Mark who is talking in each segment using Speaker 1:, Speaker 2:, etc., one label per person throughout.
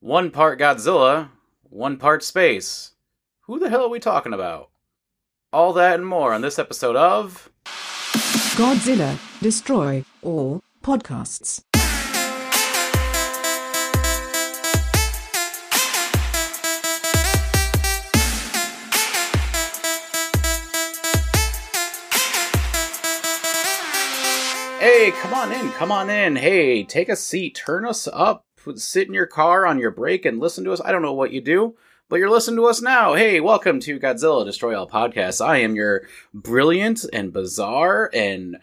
Speaker 1: one part Godzilla, one part space. Who the hell are we talking about? All that and more on this episode of.
Speaker 2: Godzilla, Destroy All Podcasts.
Speaker 1: Hey, come on in, come on in. Hey, take a seat, turn us up, sit in your car on your break and listen to us. I don't know what you do, but you're listening to us now. Hey, welcome to Godzilla Destroy All Podcasts. I am your brilliant and bizarre and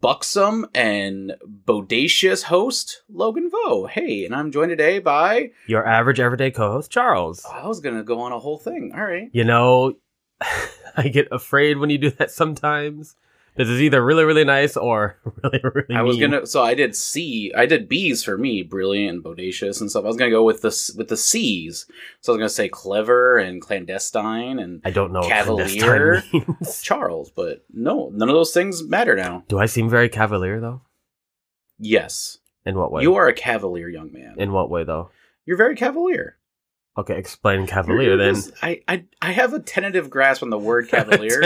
Speaker 1: buxom and bodacious host, Logan Vo. Hey, and I'm joined today by.
Speaker 3: your average everyday co-host Charles.
Speaker 1: I was going to go on a whole thing. All right.
Speaker 3: You know, I get afraid when you do that sometimes. This is either really really nice or really really.
Speaker 1: I was
Speaker 3: mean.
Speaker 1: gonna, so I did C, I did B's for me, brilliant and bodacious and stuff. I was gonna go with the s- with the C's, so I was gonna say clever and clandestine and
Speaker 3: I don't know
Speaker 1: Cavalier.
Speaker 3: what clandestine means.
Speaker 1: Charles, but no, none of those things matter now.
Speaker 3: Do I seem very cavalier though?
Speaker 1: Yes,
Speaker 3: In what way?
Speaker 1: you are a cavalier, young man.
Speaker 3: In what way though?
Speaker 1: You're very cavalier.
Speaker 3: Okay, explain
Speaker 1: You're-
Speaker 3: cavalier
Speaker 1: you're
Speaker 3: then.
Speaker 1: just- I, I I have a tentative grasp on the word cavalier.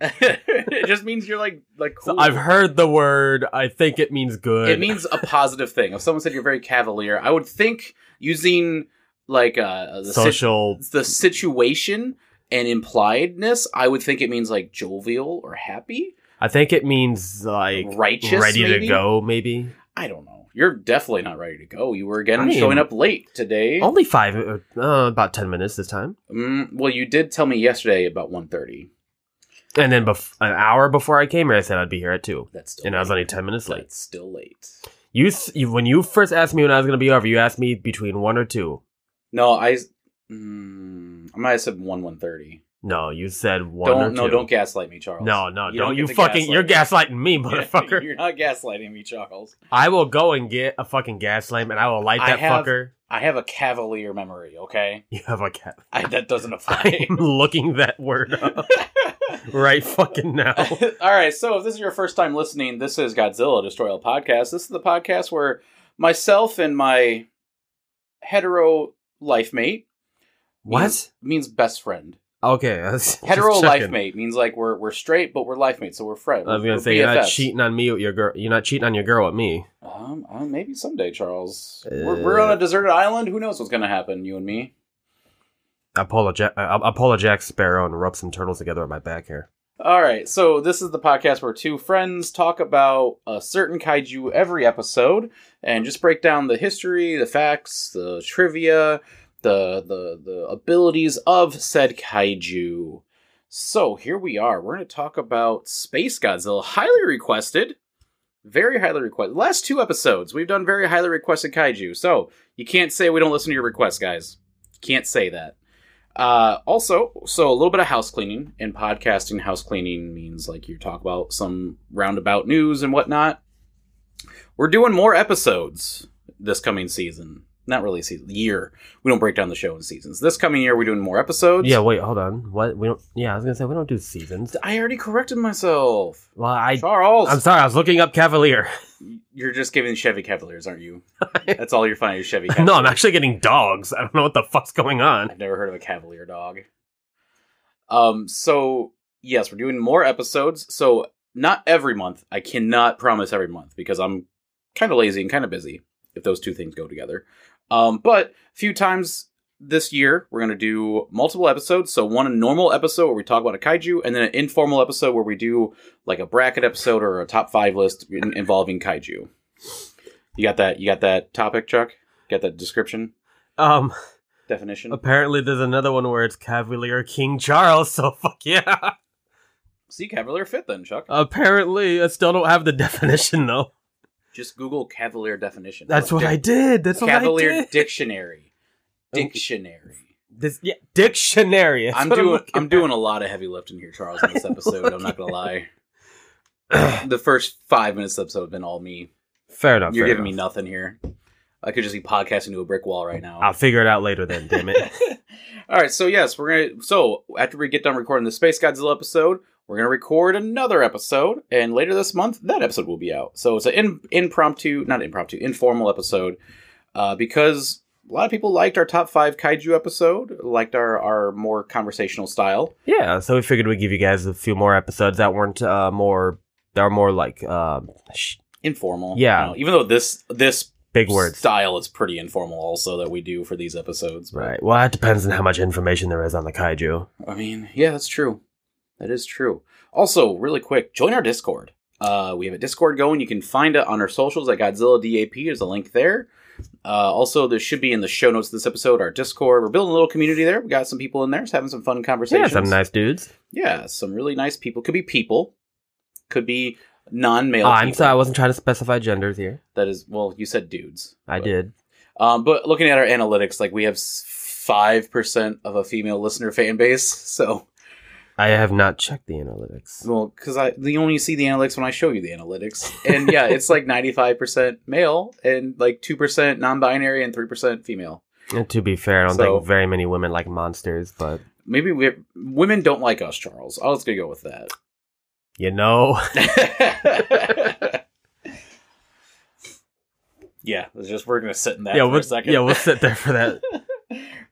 Speaker 1: it just means you're like like cool.
Speaker 3: So I've heard the word. I think it means good.
Speaker 1: It means a positive thing. If someone said you're very cavalier, I would think using like uh, the sit-
Speaker 3: social.
Speaker 1: the situation and impliedness, I would think it means like jovial or happy,
Speaker 3: I think it means like
Speaker 1: righteous,
Speaker 3: ready
Speaker 1: maybe?
Speaker 3: to go. Maybe
Speaker 1: I don't know. You're definitely not ready to go. You were again
Speaker 3: I oh. am-
Speaker 1: showing up late today.
Speaker 3: only five, uh, about ten minutes this time.
Speaker 1: Mm, well, you did tell me yesterday about 1.30.
Speaker 3: And then bef- an hour before I came here, I said I'd be here at two,
Speaker 1: That's still
Speaker 3: and I was only ten minutes late.
Speaker 1: That's still late.
Speaker 3: You, s- you when you first asked me when I was gonna be over, you asked me between one or two.
Speaker 1: No, I. Mm, I might have said one one thirty.
Speaker 3: No, you said one or
Speaker 1: Don't
Speaker 3: two.
Speaker 1: no, don't gaslight me, Charles.
Speaker 3: No, no,
Speaker 1: You
Speaker 3: don't,
Speaker 1: get
Speaker 3: you
Speaker 1: to
Speaker 3: fucking.
Speaker 1: gaslight
Speaker 3: You're
Speaker 1: me.
Speaker 3: gaslighting me, motherfucker.
Speaker 1: You're not gaslighting me, Charles.
Speaker 3: I will go and get a fucking gas lamp, and I will light
Speaker 1: I
Speaker 3: that
Speaker 1: have-
Speaker 3: fucker.
Speaker 1: I have a cavalier memory. Okay,
Speaker 3: You have a cat.
Speaker 1: I, that doesn't apply.
Speaker 3: I'm looking that word up right fucking now.
Speaker 1: all right, so if this is your first time listening, this is Godzilla Destroy All Podcast. This is the podcast where myself and my hetero life mate
Speaker 3: What?
Speaker 1: means, means best friend.
Speaker 3: Okay, I was just
Speaker 1: Hetero life
Speaker 3: checking.
Speaker 1: mate means like we're we're straight, but we're life mates, so we're friends.
Speaker 3: I was
Speaker 1: We're
Speaker 3: gonna say you're not
Speaker 1: BFFs.
Speaker 3: cheating on me with your girl. You're not cheating on your girl with me.
Speaker 1: Um, uh, maybe someday, Charles. we're, we're
Speaker 3: Uh.
Speaker 1: on a deserted island. Who knows what's gonna happen? You and me.
Speaker 3: Apollo Jack, uh, Apollo Jack Sparrow, and rub some turtles together on my back here.
Speaker 1: All right, so this is the podcast where two friends talk about a certain kaiju every episode, and just break down the history, the facts, the trivia, the the the abilities of said kaiju. So here we are. We're going to talk about Space Godzilla, highly requested, very highly requested. Last two episodes, we've done very highly requested kaiju. So you can't say we don't listen to your requests, guys. Can't say that. Uh, also, so a little bit of house cleaning and podcasting. House cleaning means like you talk about some roundabout news and whatnot. We're doing more episodes this coming season. Not really season year. We don't break down the show in seasons. This coming year, we're doing more episodes.
Speaker 3: Yeah, wait, hold on. What we don't? Yeah, I was gonna say we don't do seasons.
Speaker 1: I already corrected myself.
Speaker 3: Well, I
Speaker 1: Charles,
Speaker 3: I'm sorry, I was looking up Cavalier.
Speaker 1: you're just giving Chevy Cavaliers, aren't you? That's all you're finding is Chevy Cavaliers.
Speaker 3: no, I'm actually getting dogs. I don't know what the fuck's going on.
Speaker 1: I've never heard of a Cavalier dog. Um, so yes, we're doing more episodes. So not every month. I cannot promise every month because I'm kind of lazy and kind of busy. If those two things go together, um, but a few times this year we're gonna do multiple episodes. So one normal episode where we talk about a kaiju, and then an informal episode where we do like a bracket episode or a top five list in- involving kaiju. You got that? You got that topic, Chuck? Got that description
Speaker 3: Um,
Speaker 1: definition?
Speaker 3: apparently there's another one where it's Cavalier King Charles. So fuck yeah.
Speaker 1: See Cavalier fit then, Chuck.
Speaker 3: Uh, Apparently, I still don't have the definition though.
Speaker 1: Just Google Cavalier definition.
Speaker 3: That's what
Speaker 1: Dic-
Speaker 3: I did. That's what
Speaker 1: Cavalier
Speaker 3: I did.
Speaker 1: dictionary.
Speaker 3: Oh.
Speaker 1: Dictionary.
Speaker 3: this yeah, dictionary. That's
Speaker 1: I'm
Speaker 3: what
Speaker 1: doing.
Speaker 3: looking
Speaker 1: I'm, doing a lot of heavy lifting here, Charles. In this
Speaker 3: I'm
Speaker 1: episode, I'm not gonna lie. the first five minutes of the episode have been all me.
Speaker 3: at. Fair enough.
Speaker 1: You're
Speaker 3: fair
Speaker 1: giving me
Speaker 3: enough.
Speaker 1: nothing here. I could just be podcasting to a brick wall right now.
Speaker 3: I'll figure it out later then. Damn it.
Speaker 1: All right, so yes, we're gonna. So after we get done recording the Space Godzilla episode, we're gonna record another episode, and later this month, that episode will be out. So it's an in, impromptu, not impromptu, informal episode, uh, because a lot of people liked our top five kaiju episode, liked our, our more conversational style.
Speaker 3: Yeah, so we figured we'd give you guys a few more episodes that weren't uh, more that are more like um, sh-
Speaker 1: Informal.
Speaker 3: Yeah.
Speaker 1: You know, even though this this
Speaker 3: big words.
Speaker 1: style is pretty informal also that we do for these episodes. but-
Speaker 3: Right. Well, that depends on how much information there is on the kaiju.
Speaker 1: I mean, yeah, that's true. That is true. Also, really quick, join our Discord. Uh, we have a Discord going. You can find it on our socials at Godzilla DAP. There's a link there. Uh, also, there should be in the show notes of this episode our Discord. We're building a little community there. We got some people in there, just having some fun
Speaker 3: Yeah,
Speaker 1: conversations.
Speaker 3: some nice dudes.
Speaker 1: Yeah, some really nice people. Could be people. Could be non-male.
Speaker 3: Oh, I'm
Speaker 1: people.
Speaker 3: sorry, I wasn't trying to specify genders here.
Speaker 1: That is, well, you said dudes.
Speaker 3: I
Speaker 1: But-
Speaker 3: did.
Speaker 1: Um, but looking at our analytics, like we have five percent of a female listener fan base. So
Speaker 3: I have not checked the analytics.
Speaker 1: Well, because I you only see the analytics when I show you the analytics, and yeah, it's like ninety five percent male and like two percent non binary and three percent female.
Speaker 3: And to be fair, I don't
Speaker 1: So-
Speaker 3: think very many women like monsters, but
Speaker 1: Maybe we women don't like us, Charles. I was gonna go with
Speaker 3: you know,
Speaker 1: that. yeah, it's just we're gonna sit in that
Speaker 3: yeah,
Speaker 1: for
Speaker 3: we'll,
Speaker 1: a second.
Speaker 3: yeah, we'll sit there for that.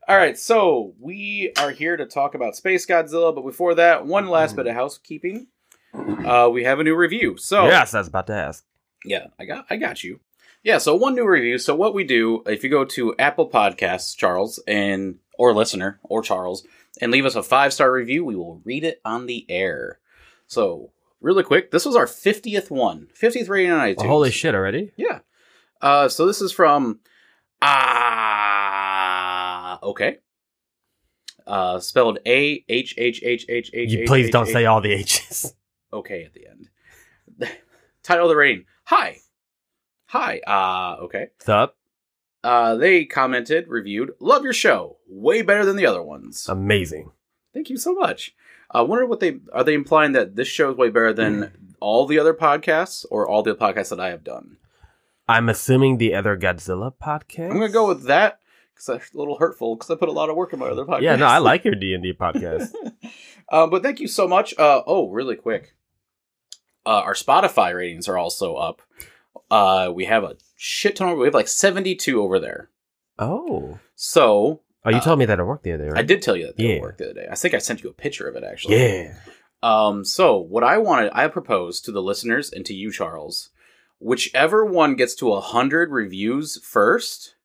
Speaker 1: All right, so we are here to talk about Space Godzilla, but before that, one last bit of housekeeping. Uh, we have a new review. So
Speaker 3: yes, I was about to ask.
Speaker 1: Yeah, I got I got you. Yeah, so one new review. So what we do, if you go to Apple Podcasts, Charles and or listener or Charles, and leave us a five star review, we will read it on the air. So really quick, this was our fiftieth one, fiftieth rating on iTunes.
Speaker 3: Oh, holy shit, already?
Speaker 1: Yeah. Uh, so this is from ah okay. Uh, spelled A H H H H H.
Speaker 3: You
Speaker 1: H,
Speaker 3: please
Speaker 1: H,
Speaker 3: don't
Speaker 1: H,
Speaker 3: say all the H's.
Speaker 1: okay at the end. Title of the rating. Hi. Hi. Uh, okay.
Speaker 3: What's up?
Speaker 1: Uh, they commented, reviewed, love your show. Way better than the other ones.
Speaker 3: Um, Amazing.
Speaker 1: Thank you so much. I wonder what they are they implying that this show is way better
Speaker 3: Mm.
Speaker 1: than all the other podcasts or all the podcasts that I have done.
Speaker 3: I'm assuming the other Godzilla podcast.
Speaker 1: I'm gonna go with that because that's a little hurtful because I put a lot of work in my other podcasts.
Speaker 3: Yeah, no, I like your D and D podcast.
Speaker 1: Uh, but thank you so much. Uh, oh, really quick. Uh, our Spotify ratings are also up. Uh, we have a shit ton. Of, we have like seventy-two over there.
Speaker 3: oh,
Speaker 1: So
Speaker 3: oh, you
Speaker 1: Uh,
Speaker 3: told me that at work the other day. Right?
Speaker 1: I did tell you that they
Speaker 3: Yeah.
Speaker 1: work the other day. I think I sent you a picture of it actually.
Speaker 3: Yeah.
Speaker 1: Um. So what I wanted, I proposed to the listeners and to you, Charles, whichever one gets to hundred reviews first,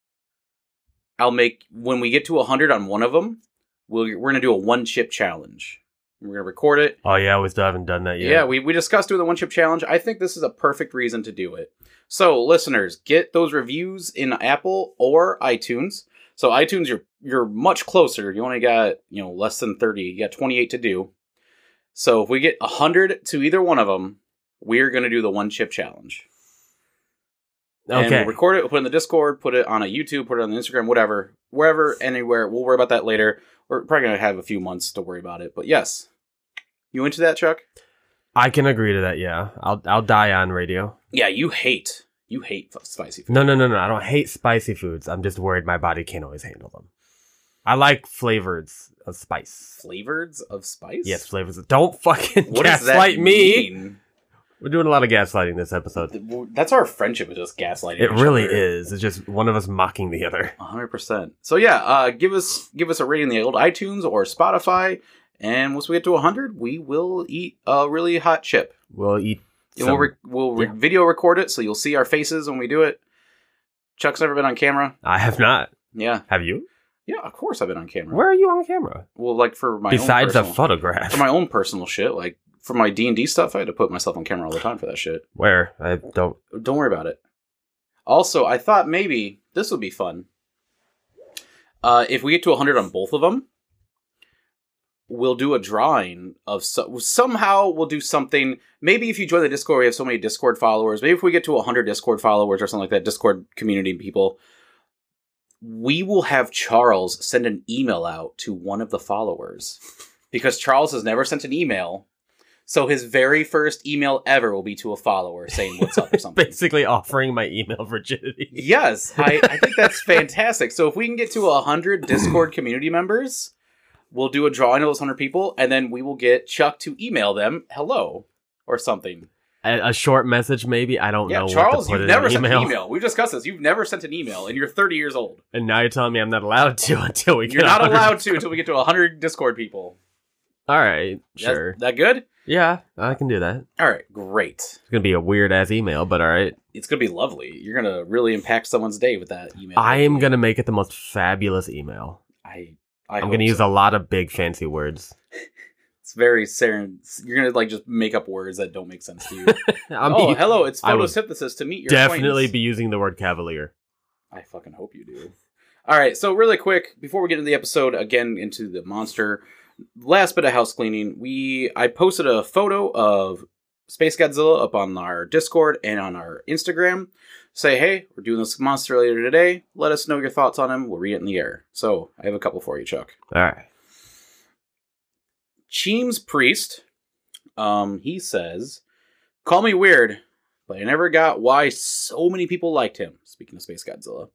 Speaker 1: I'll make. When we get to hundred on one of them, we'll, we're gonna do a one chip challenge. We're gonna record it.
Speaker 3: Oh yeah, we still haven't done that
Speaker 1: Yeah,
Speaker 3: yet.
Speaker 1: we, we discussed doing the one chip challenge. I think this is a perfect reason to do it. So, listeners, get those reviews in Apple or iTunes. So, iTunes, you're you're much closer. You only got you know less than thirty. You got twenty eight to do. So, if we get hundred to either one of them, we are going to do the one chip challenge. And
Speaker 3: okay.
Speaker 1: we'll record it, we'll put it in the Discord, put it on a YouTube, put it on the Instagram, whatever, wherever, anywhere. We'll worry about that later. We're probably going to have a few months to worry about it. But yes, you into that, Chuck?
Speaker 3: I can agree to that. Yeah, I'll I'll die on radio.
Speaker 1: Yeah, you hate you hate f- spicy food.
Speaker 3: No, no, no, no. I don't hate spicy foods. I'm just worried my body can't always handle them. I like flavors of spice.
Speaker 1: Flavors of spice.
Speaker 3: Yes, flavors. Of, don't fucking
Speaker 1: What does that
Speaker 3: gaslight me.
Speaker 1: mean?
Speaker 3: We're doing a lot of gaslighting this episode.
Speaker 1: Th- w- That's our friendship is just gaslighting.
Speaker 3: It really is. It's just one of us mocking the other.
Speaker 1: One hundred percent. So yeah, uh, give us give us a rating in the old iTunes or Spotify, and once we get to hundred, we will eat a really hot chip.
Speaker 3: We'll eat.
Speaker 1: And
Speaker 3: some-
Speaker 1: we'll re- we'll re-
Speaker 3: yeah.
Speaker 1: video record it, so you'll see our faces when we do it. Chuck's never been on camera.
Speaker 3: I have not.
Speaker 1: Yeah,
Speaker 3: Have you?
Speaker 1: yeah. Of course, I've been on camera.
Speaker 3: Where are you on camera?
Speaker 1: Well, like for my own
Speaker 3: Besides a
Speaker 1: personal-
Speaker 3: photograph.
Speaker 1: for my own personal shit, like for my D and D stuff, I had to put myself on camera all the time for that shit.
Speaker 3: Where? I don't.
Speaker 1: Don't worry about it. Also, I thought maybe this would be fun. Uh, if we get to 100 on both of them, we'll do a drawing of so- somehow we'll do something. Maybe if you join the Discord, we have so many Discord followers. Maybe if we get to 100 Discord followers or something like that, Discord community people, we will have Charles send an email out to one of the followers because Charles has never sent an email. So his very first email ever will be to a follower saying what's up or something.
Speaker 3: Basically offering my email virginity.
Speaker 1: Yes, I, I think that's fantastic. So if we can get to 100 Discord community members, we'll do a drawing of those 100 people, and then we will get Chuck to email them hello or something.
Speaker 3: a, a short message, maybe. I don't
Speaker 1: yeah,
Speaker 3: know. what to
Speaker 1: Charles,
Speaker 3: put
Speaker 1: you've
Speaker 3: in
Speaker 1: never
Speaker 3: an
Speaker 1: sent
Speaker 3: email.
Speaker 1: an email. We've discussed this. You've never sent an email, and you're 30 years old.
Speaker 3: And now you're telling me I'm not allowed to until we
Speaker 1: You're
Speaker 3: get
Speaker 1: not
Speaker 3: 100.
Speaker 1: allowed to until we get to 100 Discord people.
Speaker 3: All right,
Speaker 1: That-
Speaker 3: sure.
Speaker 1: that good?
Speaker 3: Yeah, I can do that. It's
Speaker 1: All right, great.
Speaker 3: gonna be a weird ass email, but all right.
Speaker 1: It's gonna be lovely. You're gonna really impact someone's day with that email.
Speaker 3: I am gonna make it the most fabulous email.
Speaker 1: I, I
Speaker 3: I'm gonna use a lot of big fancy words.
Speaker 1: It's very seren. You're gonna like just make up words that don't make sense to you.
Speaker 3: I'm
Speaker 1: oh, hello! It's
Speaker 3: I would
Speaker 1: photosynthesis to meet your
Speaker 3: definitely
Speaker 1: acquaintance.
Speaker 3: be using the word cavalier.
Speaker 1: I fucking hope you do. All right, so really quick before we get into the episode again into the monster, last bit of house cleaning. We I posted a photo of Space Godzilla up on our Discord and on our Instagram. Say hey, we're doing this monster later today. Let us know your thoughts on him. We'll read it in the air. So I have a couple for you, Chuck.
Speaker 3: All right.
Speaker 1: Cheem's priest. Um, he says, "Call me weird, but I never got why so many people liked him." Speaking of Space Godzilla,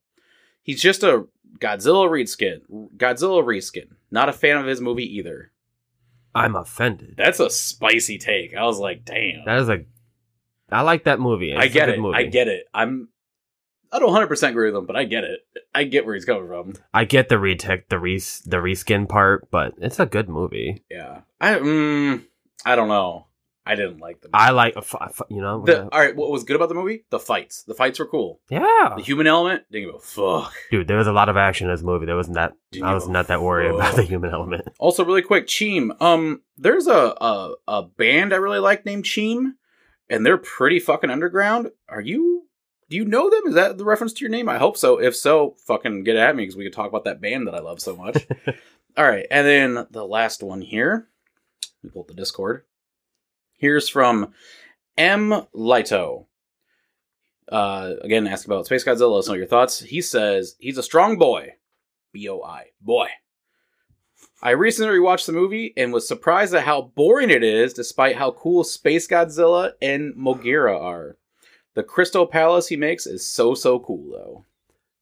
Speaker 1: he's just a Godzilla reskin. Godzilla reskin. Not a fan of his movie either.
Speaker 3: I'm offended.
Speaker 1: That's a spicy take. I was like, "Damn."
Speaker 3: That is a. I like that movie. It's
Speaker 1: I get
Speaker 3: a good
Speaker 1: it.
Speaker 3: Movie.
Speaker 1: I get it. I'm. I don't 100 percent agree with him, but I get it. I get where he's coming from.
Speaker 3: I get the retech, the res, the reskin part, but it's a good movie.
Speaker 1: Yeah. I. Mm, I don't know. I didn't like the.
Speaker 3: I like, f- f- you know,
Speaker 1: the, all right. What was good about the movie? The fights. The fights were cool.
Speaker 3: yeah,
Speaker 1: The human element didn't give a fuck.
Speaker 3: dude. There was a lot of action in this movie. There was not.
Speaker 1: Didn't
Speaker 3: I
Speaker 1: give
Speaker 3: was
Speaker 1: a
Speaker 3: not that worried about
Speaker 1: fuck.
Speaker 3: the human element.
Speaker 1: Also, really quick, Cheem. Um, there's a, a a band I really like named Cheem, and they're pretty fucking underground. Are you? Do you know them? Is that the reference to your name? I hope so. If so, fucking get at me because we could talk about that band that I love so much. All right, and then the last one here. We pulled the Discord. Here's from M. Lito. Uh, again, ask about Space Godzilla. Let us know your thoughts. He says he's a strong boy. B O I. Boy. I recently watched the movie and was surprised at how boring it is, despite how cool Space Godzilla and Mogira are. The Crystal Palace he makes is so so cool though.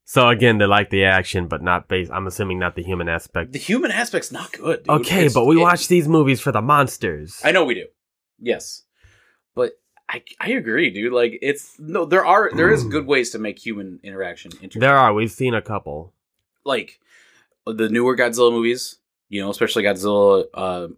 Speaker 3: So again, they like the action, but not based. I'm assuming not the human aspect.
Speaker 1: The human aspect's not good. dude.
Speaker 3: okay,
Speaker 1: It's-
Speaker 3: but we
Speaker 1: it-
Speaker 3: watch these movies for the monsters.
Speaker 1: I know we do. Yes, but I I agree, dude. Like it's no, there are there is good ways to make human interaction interesting.
Speaker 3: Hmm. there are. We've seen a couple.
Speaker 1: like the newer Godzilla movies, you know, especially Godzilla, uh,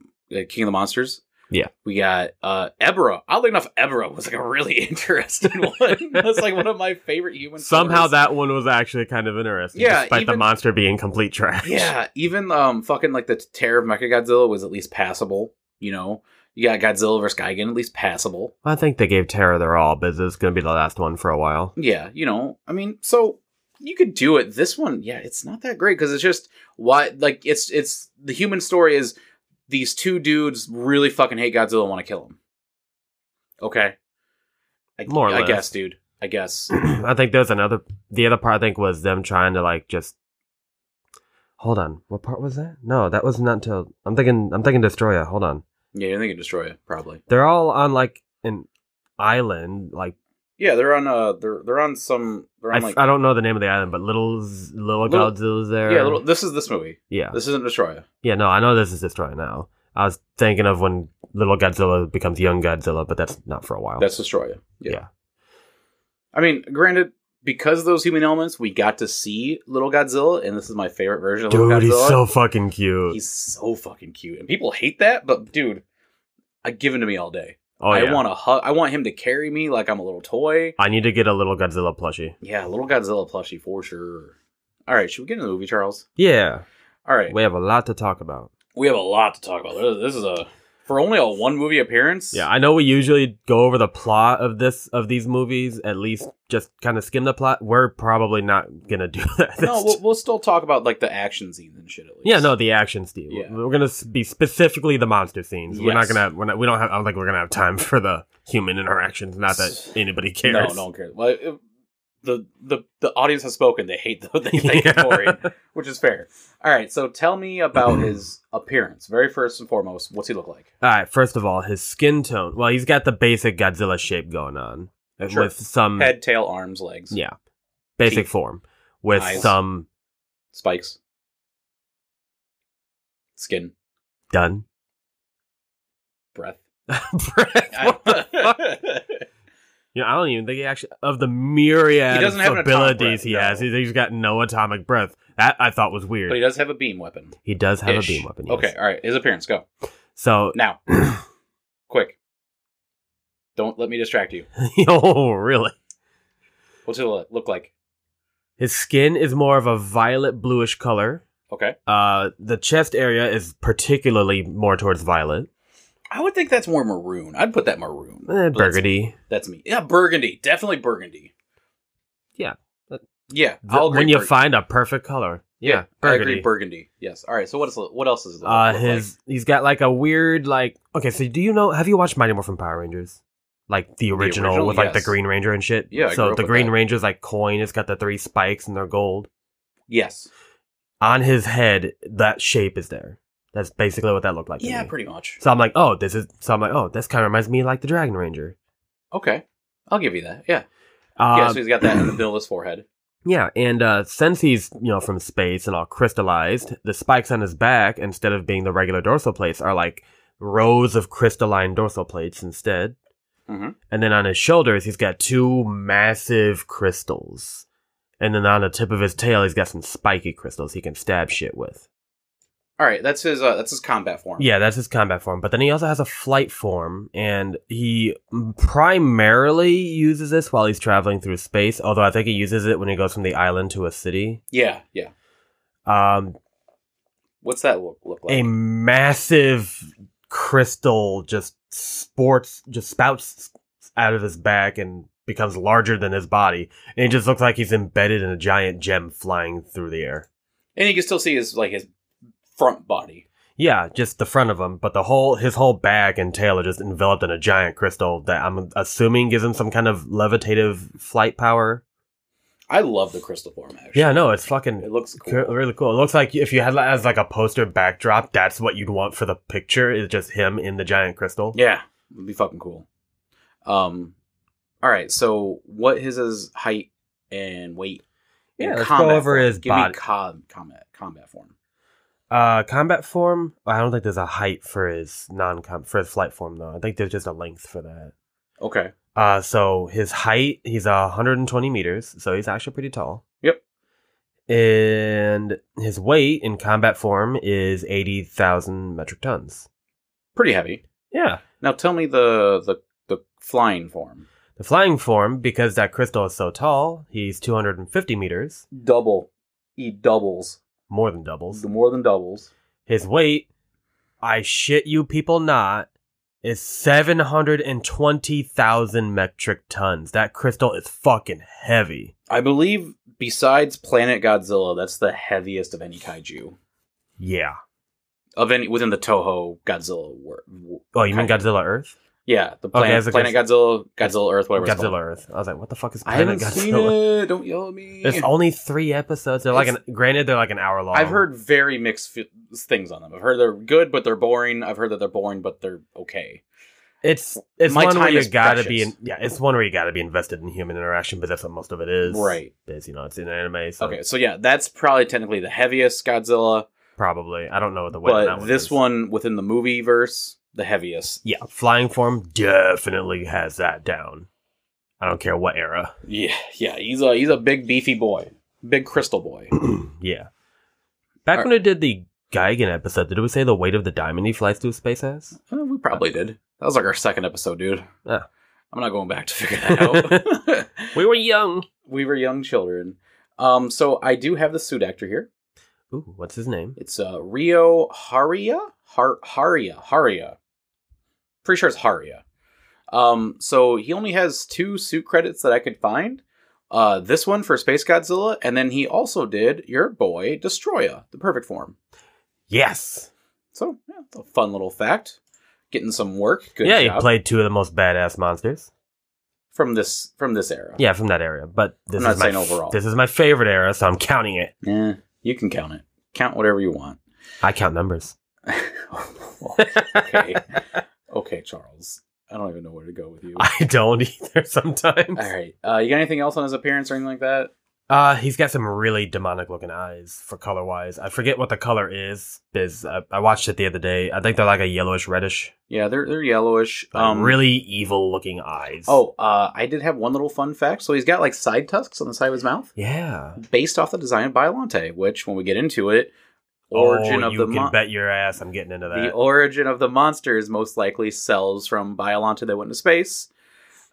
Speaker 1: King of the Monsters.
Speaker 3: Yeah.
Speaker 1: we got uh Ebra. Oddly enough, Ebra was like a really interesting one. That's like one of my favorite human.
Speaker 3: Somehow
Speaker 1: stories.
Speaker 3: that one was actually kind of interesting,
Speaker 1: Yeah,
Speaker 3: despite the
Speaker 1: even-
Speaker 3: monster being complete trash.
Speaker 1: Yeah, even um fucking like the Terror of Mechagodzilla was at least passable. You know, you got Godzilla versus Gigan, at least passable.
Speaker 3: I think they gave Terra their all, but this is going to be the last one for a while.
Speaker 1: Yeah, you know, I mean, so you could do it. This one, yeah, it's not that great because it's just why, like, it's it's the human story is these two dudes really fucking hate Godzilla and want to kill him. Okay, I,
Speaker 3: More or
Speaker 1: I
Speaker 3: less.
Speaker 1: guess, dude. I guess.
Speaker 3: I think there's another. The other part I think was them trying to like just. Hold on, what part was that? No, that was not until I'm thinking. I'm thinking Destroya. Hold on,
Speaker 1: Yeah, you think it destroy it probably.
Speaker 3: they're all on like an island. Like
Speaker 1: Yeah, they're on uh, they're they're on some they're
Speaker 3: I,
Speaker 1: on
Speaker 3: f-
Speaker 1: like
Speaker 3: I don't know the name of the island, but little Z- little
Speaker 1: Little-
Speaker 3: Godzilla's there.
Speaker 1: yeah. Little, this is this movie.
Speaker 3: yeah,
Speaker 1: This isn't Destroyer.
Speaker 3: yeah. No, I know this is Destroya now. I was thinking of when little Godzilla becomes young Godzilla, but that's not for a while.
Speaker 1: That's Destroyer. Yeah.
Speaker 3: Yeah.
Speaker 1: I mean, granted, because of those human elements, we got to see Little Godzilla, and this is my favorite version of
Speaker 3: dude.
Speaker 1: Little Godzilla.
Speaker 3: He's so fucking cute.
Speaker 1: He's so fucking cute, and people hate that. But dude, I give him to me all day.
Speaker 3: oh
Speaker 1: I
Speaker 3: yeah.
Speaker 1: want to hug. I want him to carry me like I'm a little toy.
Speaker 3: I need to get a little Godzilla plushie.
Speaker 1: Yeah, little Godzilla plushie for sure. All right, should we get into the movie, Charles?
Speaker 3: Yeah,
Speaker 1: All right,
Speaker 3: we have a lot to talk about.
Speaker 1: we have a lot to talk about. This is a for only a one movie appearance.
Speaker 3: Yeah, I know we usually go over the plot of this of these movies, at least just kind of skim the plot. We're probably not gonna do that.
Speaker 1: no, we'll, we'll still talk about like the action scenes and shit at least.
Speaker 3: yeah, no, the action scene.
Speaker 1: Yeah.
Speaker 3: We're gonna s- be specifically the monster scenes. We're not
Speaker 1: Yes.
Speaker 3: gonna. We're not, we don't have. I don't think we're gonna have time for the human interactions. Not that anybody
Speaker 1: no,
Speaker 3: cares.
Speaker 1: no one cares. Well, it- the the the audience has spoken. They hate the they think it's
Speaker 3: Yeah.
Speaker 1: boring, which is fair. All right, so tell me about his appearance. Very first and foremost, what's he look like?
Speaker 3: All right. First of all, his skin tone. Well, he's got the basic Godzilla shape going on uh,
Speaker 1: Sure.
Speaker 3: with some
Speaker 1: head, tail, arms, legs,
Speaker 3: Yeah, basic
Speaker 1: Teeth.
Speaker 3: form with
Speaker 1: Eyes.
Speaker 3: some
Speaker 1: spikes, skin,
Speaker 3: done.
Speaker 1: breath.
Speaker 3: Brett, what the fuck? You know, I don't even think he actually of the myriad
Speaker 1: He doesn't
Speaker 3: of
Speaker 1: have an atomic
Speaker 3: abilities
Speaker 1: breath,
Speaker 3: he
Speaker 1: no.
Speaker 3: has. He's, he's got no atomic breath. That I thought was weird.
Speaker 1: but he
Speaker 3: He,
Speaker 1: does have a beam weapon.
Speaker 3: does have
Speaker 1: Ish.
Speaker 3: a beam weapon. Yes.
Speaker 1: Okay, all right. His appearance. Go
Speaker 3: So,
Speaker 1: now, quick. Don't let me distract you.
Speaker 3: oh really?
Speaker 1: What's it lo- look like?
Speaker 3: His skin is more of a violet bluish color.
Speaker 1: Okay.
Speaker 3: Uh, the chest area is particularly more towards violet,
Speaker 1: I would think that's more maroon. I'd put that maroon.
Speaker 3: Eh,
Speaker 1: But that's-
Speaker 3: burgundy.
Speaker 1: That's me. Yeah, burgundy. Definitely burgundy.
Speaker 3: Yeah, but-
Speaker 1: Yeah.
Speaker 3: The-
Speaker 1: I'll agree
Speaker 3: when you
Speaker 1: burgundy.
Speaker 3: find a perfect color, yeah,
Speaker 1: I
Speaker 3: burgundy.
Speaker 1: agree. Burgundy. Yes. All right. So what is what else is it look
Speaker 3: Uh,
Speaker 1: like?
Speaker 3: his he's got like a weird like okay. So do you know? Have you watched Mighty Morphin Power Rangers? Like the original,
Speaker 1: original,
Speaker 3: with like the
Speaker 1: yes.
Speaker 3: Green Ranger and shit.
Speaker 1: Yeah, I grew
Speaker 3: So
Speaker 1: up
Speaker 3: the
Speaker 1: with
Speaker 3: Green
Speaker 1: that.
Speaker 3: Ranger's like coin. It's got the three spikes and they're gold
Speaker 1: yes.
Speaker 3: on his head. That shape is there. That's basically what that looked like. to
Speaker 1: Yeah,
Speaker 3: me.
Speaker 1: pretty much.
Speaker 3: So I'm like, oh, this is. So I'm like, oh, this kind of reminds me of, like the Dragon Ranger.
Speaker 1: Okay. I'll give you that. Yeah.
Speaker 3: Uh,
Speaker 1: yeah. So he's got that in the middle of his forehead.
Speaker 3: Yeah, and uh, since he's you know from space and all crystallized, the spikes on his back instead of being the regular dorsal plates are like rows of crystalline dorsal plates instead.
Speaker 1: Mhm.
Speaker 3: And then on his shoulders, he's got two massive crystals. And then on the tip of his tail, he's got some spiky crystals he can stab shit with.
Speaker 1: All right. That's his. Uh, that's his combat form.
Speaker 3: Yeah, that's his combat form. But then he also has a flight form, and he primarily uses this while he's traveling through space. Although I think he uses it when he goes from the island to a city.
Speaker 1: Yeah. Yeah.
Speaker 3: Um,
Speaker 1: What's that look, look like?
Speaker 3: a massive crystal just sports just spouts out of his back and becomes larger than his body and it just looks like he's embedded in a giant gem flying through the air
Speaker 1: And you can still see his like his front body.
Speaker 3: yeah just the front of him but the whole his whole back and tail are just enveloped in a giant crystal that i'm assuming gives him some kind of levitative flight power
Speaker 1: I love the crystal form. Actually.
Speaker 3: yeah no it's fucking
Speaker 1: It looks
Speaker 3: cr-
Speaker 1: cool.
Speaker 3: really cool it looks like if you had that as like a poster backdrop that's what you'd want for the picture is just him in the giant crystal
Speaker 1: Yeah, it'd be fucking cool. Um, all right. So, what is his height and weight?
Speaker 3: Yeah,
Speaker 1: and
Speaker 3: let's
Speaker 1: combat
Speaker 3: go over
Speaker 1: form?
Speaker 3: his
Speaker 1: Give
Speaker 3: body.
Speaker 1: me com- combat combat form.
Speaker 3: Uh, combat form. I don't think there's a height for his non com for his flight form though. I think there's just a length for that.
Speaker 1: Okay.
Speaker 3: Uh, so his height, he's uh, 120 meters, so he's actually pretty tall.
Speaker 1: Yep.
Speaker 3: And his weight in combat form is 80,000 metric tons.
Speaker 1: Pretty heavy.
Speaker 3: Yeah.
Speaker 1: Now, tell me the the the flying form.
Speaker 3: The flying form, because that crystal is so tall, he's 250 meters,
Speaker 1: Double. He doubles.
Speaker 3: more than doubles.
Speaker 1: More than doubles.
Speaker 3: His weight, I shit you people not, is 720,000 metric tons. That crystal is fucking heavy.
Speaker 1: I believe besides Planet Godzilla, that's the heaviest of any kaiju
Speaker 3: Yeah.
Speaker 1: of any within the Toho Godzilla. Wor- w-
Speaker 3: Oh, you mean
Speaker 1: kaiju.
Speaker 3: Godzilla Earth?
Speaker 1: Yeah, the planet,
Speaker 3: as a
Speaker 1: planet Godzilla, Godzilla Earth, whatever. It's
Speaker 3: Godzilla
Speaker 1: called.
Speaker 3: Earth. I was like, what the fuck is
Speaker 1: I
Speaker 3: Planet
Speaker 1: haven't seen
Speaker 3: Godzilla?
Speaker 1: it. Don't yell at me.
Speaker 3: It's only three episodes. They're like
Speaker 1: It's-
Speaker 3: an granted they're like an hour long.
Speaker 1: I've heard very mixed f- things on them. I've heard they're good, but they're boring. I've heard that they're boring, but they're okay.
Speaker 3: it's it's
Speaker 1: my
Speaker 3: one where
Speaker 1: time
Speaker 3: you
Speaker 1: is
Speaker 3: gotta be
Speaker 1: precious.
Speaker 3: in, yeah it's one where you gotta be invested in human interaction, but that's what most of it is.
Speaker 1: Right.
Speaker 3: It's, you know it's in anime. So
Speaker 1: Okay, so yeah, that's probably technically the heaviest Godzilla,
Speaker 3: probably I don't know what the weight. on that
Speaker 1: but
Speaker 3: one
Speaker 1: this
Speaker 3: is.
Speaker 1: one within the movie verse, the heaviest.
Speaker 3: Yeah, flying form definitely has that down. I don't care what era.
Speaker 1: Yeah, yeah, he's a he's a big beefy boy, big crystal boy.
Speaker 3: yeah. Back
Speaker 1: Alright.
Speaker 3: when I did the Geigen episode, did we say the weight of the diamond he flies through space as?
Speaker 1: Uh, we probably did. That was like our second episode, dude.
Speaker 3: Yeah.
Speaker 1: I'm not going back to figure that out.
Speaker 3: We were young.
Speaker 1: we were young children. Um, so I do have the suit actor here.
Speaker 3: Ooh, what's his name?
Speaker 1: It's uh, Rio Haria, Har- Haria, Haria. Pretty sure it's Haria. Um, so he only has two suit credits that I could find. Uh, this one for Space Godzilla, and then he also did your boy Destroya, the perfect form.
Speaker 3: Yes.
Speaker 1: So yeah, it's a fun little fact. Getting some work. Good
Speaker 3: yeah,
Speaker 1: job
Speaker 3: he played two of the most badass monsters.
Speaker 1: from this from this era.
Speaker 3: Yeah, from that area. But this
Speaker 1: I'm
Speaker 3: is
Speaker 1: not
Speaker 3: my
Speaker 1: saying overall.
Speaker 3: this is my favorite era, so I'm counting it.
Speaker 1: Eh, you can count it. Count whatever you want.
Speaker 3: I count numbers.
Speaker 1: okay. Okay, Charles. I don't even know where to go with you.
Speaker 3: I don't either sometimes.
Speaker 1: All right. Uh, you got anything else on his appearance or anything like that?
Speaker 3: Uh, he's got some really demonic looking eyes for color wise. I forget what the color is. Biz, I, I watched it the other day. I think they're like a yellowish reddish.
Speaker 1: Yeah, they're they're yellowish.
Speaker 3: Like, really evil looking eyes.
Speaker 1: Um, Oh, uh, I did have one little fun fact. So he's got like side tusks on the side of his mouth,
Speaker 3: yeah.
Speaker 1: based off the design of Biolante, which when we get into it, origin
Speaker 3: oh,
Speaker 1: of
Speaker 3: you
Speaker 1: the
Speaker 3: can
Speaker 1: mon-
Speaker 3: bet your ass I'm getting into
Speaker 1: the
Speaker 3: that.
Speaker 1: origin of the monster is most likely cells from Biolante that went into space.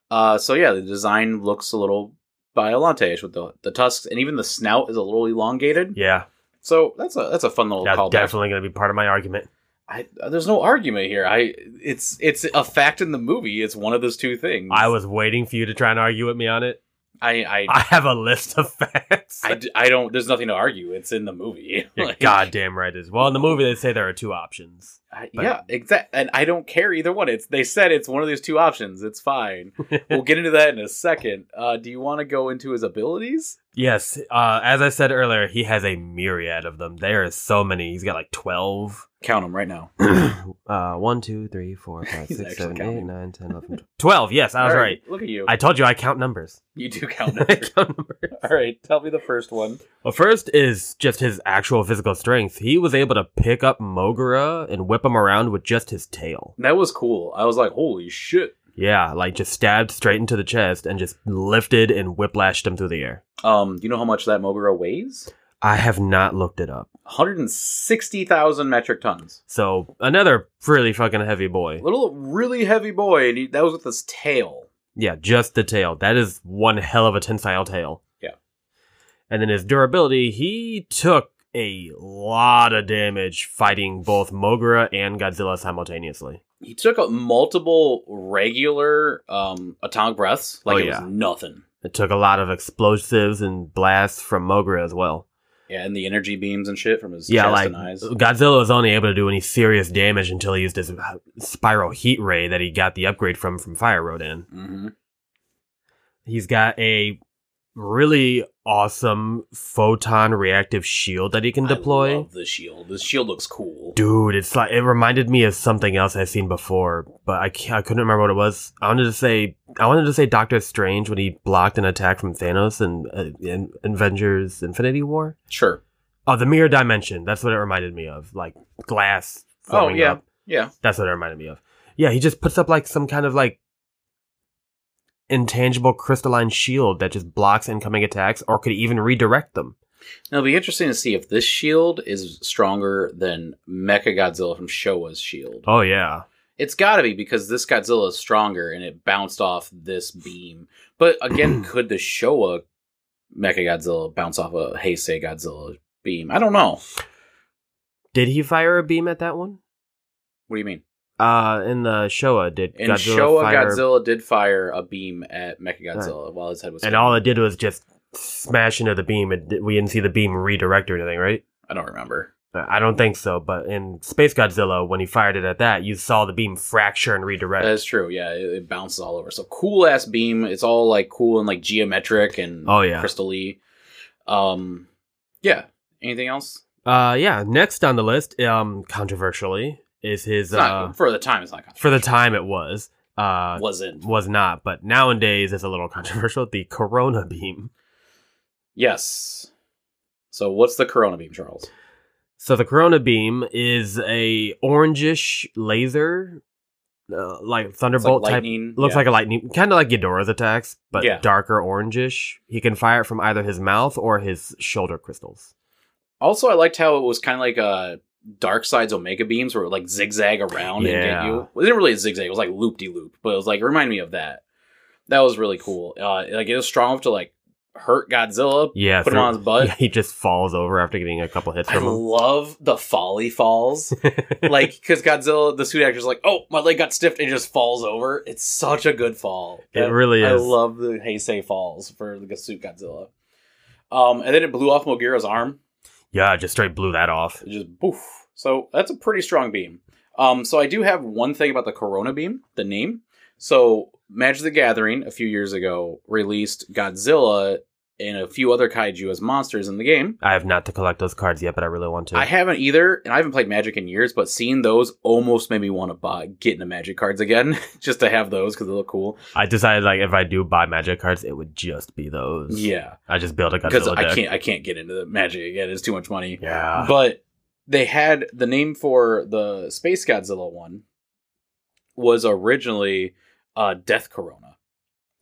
Speaker 1: Uh, so yeah, the design looks a little Biolante-ish with the the tusks, and even the snout is a little elongated.
Speaker 3: yeah,
Speaker 1: So that's a that's a fun little
Speaker 3: that's
Speaker 1: callback.
Speaker 3: definitely going to be part of my argument.
Speaker 1: I, there's no argument here. I it's it's a fact in the movie. It's one of those two things.
Speaker 3: I was waiting for you to try and argue with me on it.
Speaker 1: I I
Speaker 3: I have a list of facts.
Speaker 1: I, d- I don't. There's nothing to argue. It's in the movie.
Speaker 3: You're
Speaker 1: Like,
Speaker 3: goddamn right is. Well, in the movie they say there are two options.
Speaker 1: I- yeah, exactly. And I don't care either one. It's they said it's one of those two options. It's fine. we'll get into that in a second. Uh, do you want to go into his abilities?
Speaker 3: Yes, uh, as I said earlier, he has a myriad of them. There is so many. He's got like twelve.
Speaker 1: Count them right now.
Speaker 3: uh, one, two, three, four, five,
Speaker 1: He's
Speaker 3: six,
Speaker 1: actually
Speaker 3: seven, eight,
Speaker 1: counting.
Speaker 3: nine, 10, 11, 12. Twelve. Yes, I was
Speaker 1: All
Speaker 3: right.
Speaker 1: Look at you.
Speaker 3: I told you I count numbers.
Speaker 1: you do count
Speaker 3: I
Speaker 1: them.
Speaker 3: count numbers.
Speaker 1: All right. Tell me the first one.
Speaker 3: Well, first is just his actual physical strength. He was able to pick up Mogura and whip him around with just his tail.
Speaker 1: That was cool. I was like, holy shit.
Speaker 3: Yeah, like just stabbed straight into the chest and just lifted and whiplashed him through the air.
Speaker 1: Um, do you know how much that Mogura weighs?
Speaker 3: I have not looked it up.
Speaker 1: 160,000 metric tons.
Speaker 3: So another really fucking heavy boy.
Speaker 1: Little really heavy boy, and he, that was with his tail.
Speaker 3: Yeah, just the tail. That is one hell of a tensile tail.
Speaker 1: Yeah.
Speaker 3: And then his durability, he took a lot of damage fighting both Mogura and Godzilla simultaneously.
Speaker 1: He took up multiple regular um atomic breaths like
Speaker 3: Oh,
Speaker 1: it
Speaker 3: yeah.
Speaker 1: was nothing.
Speaker 3: It took a lot of explosives and blasts from Mogura as well.
Speaker 1: Yeah, and the energy beams and shit from his
Speaker 3: yeah,
Speaker 1: chest
Speaker 3: like
Speaker 1: and eyes.
Speaker 3: Godzilla was only able to do any serious damage until he used his uh, spiral heat ray that he got the upgrade from from Fire Rodan.
Speaker 1: hmm
Speaker 3: He's got a really awesome photon reactive shield that he can
Speaker 1: I
Speaker 3: deploy.
Speaker 1: love the shield. This shield looks cool.
Speaker 3: Dude, it's like it reminded me of something else I've seen before, but I can't, I couldn't remember what it was. I wanted to say I wanted to say Doctor Strange when he blocked an attack from Thanos in, uh, in Avengers Infinity War.
Speaker 1: Sure.
Speaker 3: Oh, the mirror dimension. That's what it reminded me of. Like glass
Speaker 1: Oh
Speaker 3: forming
Speaker 1: yeah,
Speaker 3: up.
Speaker 1: yeah.
Speaker 3: That's what it reminded me of. Yeah, he just puts up like some kind of like intangible crystalline shield that just blocks incoming attacks or could even redirect them.
Speaker 1: Now it'll be interesting to see if this shield is stronger than Mecha Godzilla from Showa's shield.
Speaker 3: Oh yeah.
Speaker 1: It's got to be because this Godzilla is stronger and it bounced off this beam. But again, could the Showa Mecha Godzilla bounce off a Heisei Godzilla beam? I don't know.
Speaker 3: Did he fire a beam at that one?
Speaker 1: What do you mean?
Speaker 3: Uh in the Showa did
Speaker 1: And
Speaker 3: Godzilla
Speaker 1: Showa
Speaker 3: fire
Speaker 1: Godzilla did fire a beam at Mecha Godzilla while his head was.
Speaker 3: and
Speaker 1: spinning.
Speaker 3: all it did was just smash into the beam and di- we didn't see the beam redirect or anything, right? Uh,
Speaker 1: I don't remember.
Speaker 3: I don't think so, but in Space Godzilla when he fired it at that, you saw the beam fracture and redirect.
Speaker 1: That's true. Yeah, it, it bounces all over. So cool ass beam. It's all like cool and like geometric and
Speaker 3: Oh, yeah.
Speaker 1: crystally. Um, yeah. Anything else?
Speaker 3: Uh, yeah. Next on the list, um, controversially, is his
Speaker 1: It's not-
Speaker 3: uh,
Speaker 1: for the time. It's not.
Speaker 3: for the time it was uh
Speaker 1: wasn't.
Speaker 3: was not, but nowadays it's a little controversial. The Corona beam.
Speaker 1: Yes. So what's the Corona beam, Charles?
Speaker 3: So the Corona beam is a orangish laser, uh, like thunderbolt type.
Speaker 1: lightning,
Speaker 3: Looks
Speaker 1: yeah.
Speaker 3: like a lightning, kind of like Ghidorah's attacks, but
Speaker 1: Yeah.
Speaker 3: darker orangish. He can fire it from either his mouth or his shoulder crystals.
Speaker 1: Also, I liked how it was kind of like uh, Dark Side's Omega beams, where it would, like zigzag around and get
Speaker 3: Yeah.
Speaker 1: you. Well, it didn't really zigzag; it was like loop de loop, but it was like remind me of that. That was really cool. Uh, like it was strong enough to like hurt Godzilla.
Speaker 3: Yeah,
Speaker 1: Put him
Speaker 3: through-
Speaker 1: on his butt.
Speaker 3: yeah, he just falls over after getting a couple hits
Speaker 1: I
Speaker 3: from him.
Speaker 1: love the folly falls, like because Godzilla, the suit actor's like, "Oh, my leg got stiffed," and just falls over. It's such a good fall.
Speaker 3: It really
Speaker 1: I
Speaker 3: is.
Speaker 1: love the Heisei falls for the suit Godzilla. Um, and then it blew off Mogira's arm.
Speaker 3: Yeah, just straight blew that off.
Speaker 1: It just boof. So that's a pretty strong beam. Um, so I do have one thing about the Corona beam, the name. So Magic the Gathering a few years ago released Godzilla and a few other kaiju as monsters in the game.
Speaker 3: I have not to collect those cards yet, but I really want to.
Speaker 1: I haven't either, and I haven't played Magic in years, but seeing those almost made me want to buy get into Magic cards again just to have those because they look cool.
Speaker 3: I decided like if I do buy magic cards, it would just be those.
Speaker 1: Yeah,
Speaker 3: I just build a
Speaker 1: because
Speaker 3: Godzilla
Speaker 1: I
Speaker 3: deck.
Speaker 1: can't I can't get into the Magic again; it's too much money.
Speaker 3: Yeah.
Speaker 1: But they had the name for the Space Godzilla one was originally uh, Death Corona,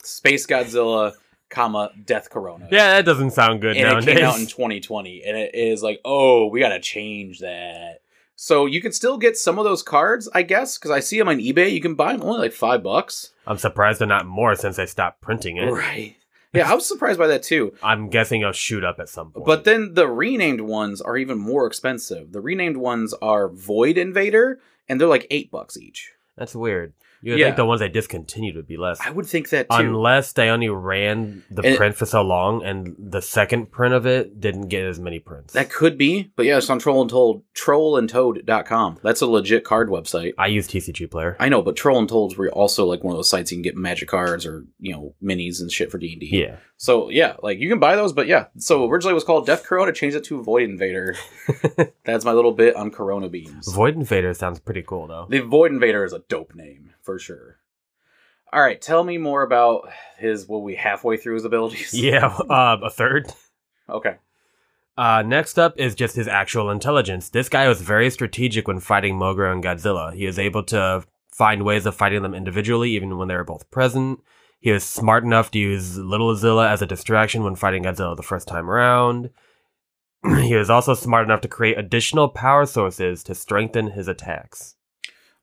Speaker 1: Space Godzilla, comma Death Corona.
Speaker 3: yeah, that doesn't sound good
Speaker 1: and
Speaker 3: nowadays.
Speaker 1: it came out in 2020 and it is like oh we gotta change that so you can still get some of those cards i guess because i see them on ebay you can buy them only like five bucks
Speaker 3: I'm surprised they're not more since they stopped printing it.
Speaker 1: right yeah i was surprised by that too
Speaker 3: I'm guessing it'll shoot up at some point.
Speaker 1: but then the renamed ones are even more expensive the renamed ones are void invader and they're like eight bucks each
Speaker 3: that's weird. You would
Speaker 1: Yeah.
Speaker 3: think the ones they discontinued would be less.
Speaker 1: i would think that too
Speaker 3: Unless they only ran the
Speaker 1: And-
Speaker 3: print for so long and the second print of it didn't get as many prints.
Speaker 1: that could be but yeah it's on troll and told troll and toad.com that's a legit card website
Speaker 3: I use TCG Player.
Speaker 1: I know, but Troll and Told's were also like one of those sites you can get magic cards or you know minis and shit for D and D.
Speaker 3: yeah.
Speaker 1: So yeah, like you can buy those, but yeah. So originally it was called Death Corona, changed it to Void Invader. That's my little bit on Corona beams.
Speaker 3: Void Invader sounds pretty cool though.
Speaker 1: the Void Invader is a dope name for sure. All right, tell me more about his. What we halfway through his abilities?
Speaker 3: Yeah, uh, a third.
Speaker 1: Okay.
Speaker 3: Uh, next up is just his actual intelligence. This guy was very strategic when fighting Mogra and Godzilla. He was able to find ways of fighting them individually, even when they were both present. He was smart enough to use Little Zilla as a distraction when fighting Godzilla the first time around. he was also smart enough to create additional power sources to strengthen his attacks.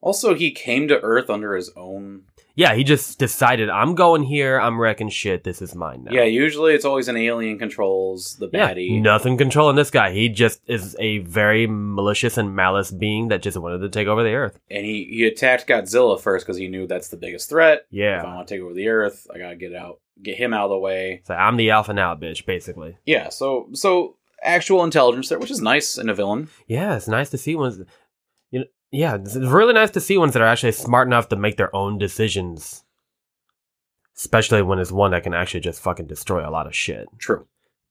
Speaker 1: Also, he came to Earth under his own.
Speaker 3: Yeah, he just decided, I'm going here, I'm wrecking shit, this is mine now.
Speaker 1: Yeah. Usually, it's always an alien controls the
Speaker 3: Yeah,
Speaker 1: baddie.
Speaker 3: nothing controlling this guy. He just is a very malicious and malice being that just wanted to take over the earth.
Speaker 1: and he, he attacked Godzilla first because he knew that's the biggest threat. If I
Speaker 3: Yeah.
Speaker 1: want to take over the Earth, I gotta get out, get him out of the way.
Speaker 3: So I'm the alpha now, bitch, basically.
Speaker 1: Yeah. So so actual intelligence there, which is nice in a villain.
Speaker 3: Yeah, it's nice to see ones. You know, yeah, it's it's really nice to see ones that are actually smart enough to make their own decisions. Especially when it's one that can actually just fucking destroy a lot of shit.
Speaker 1: True.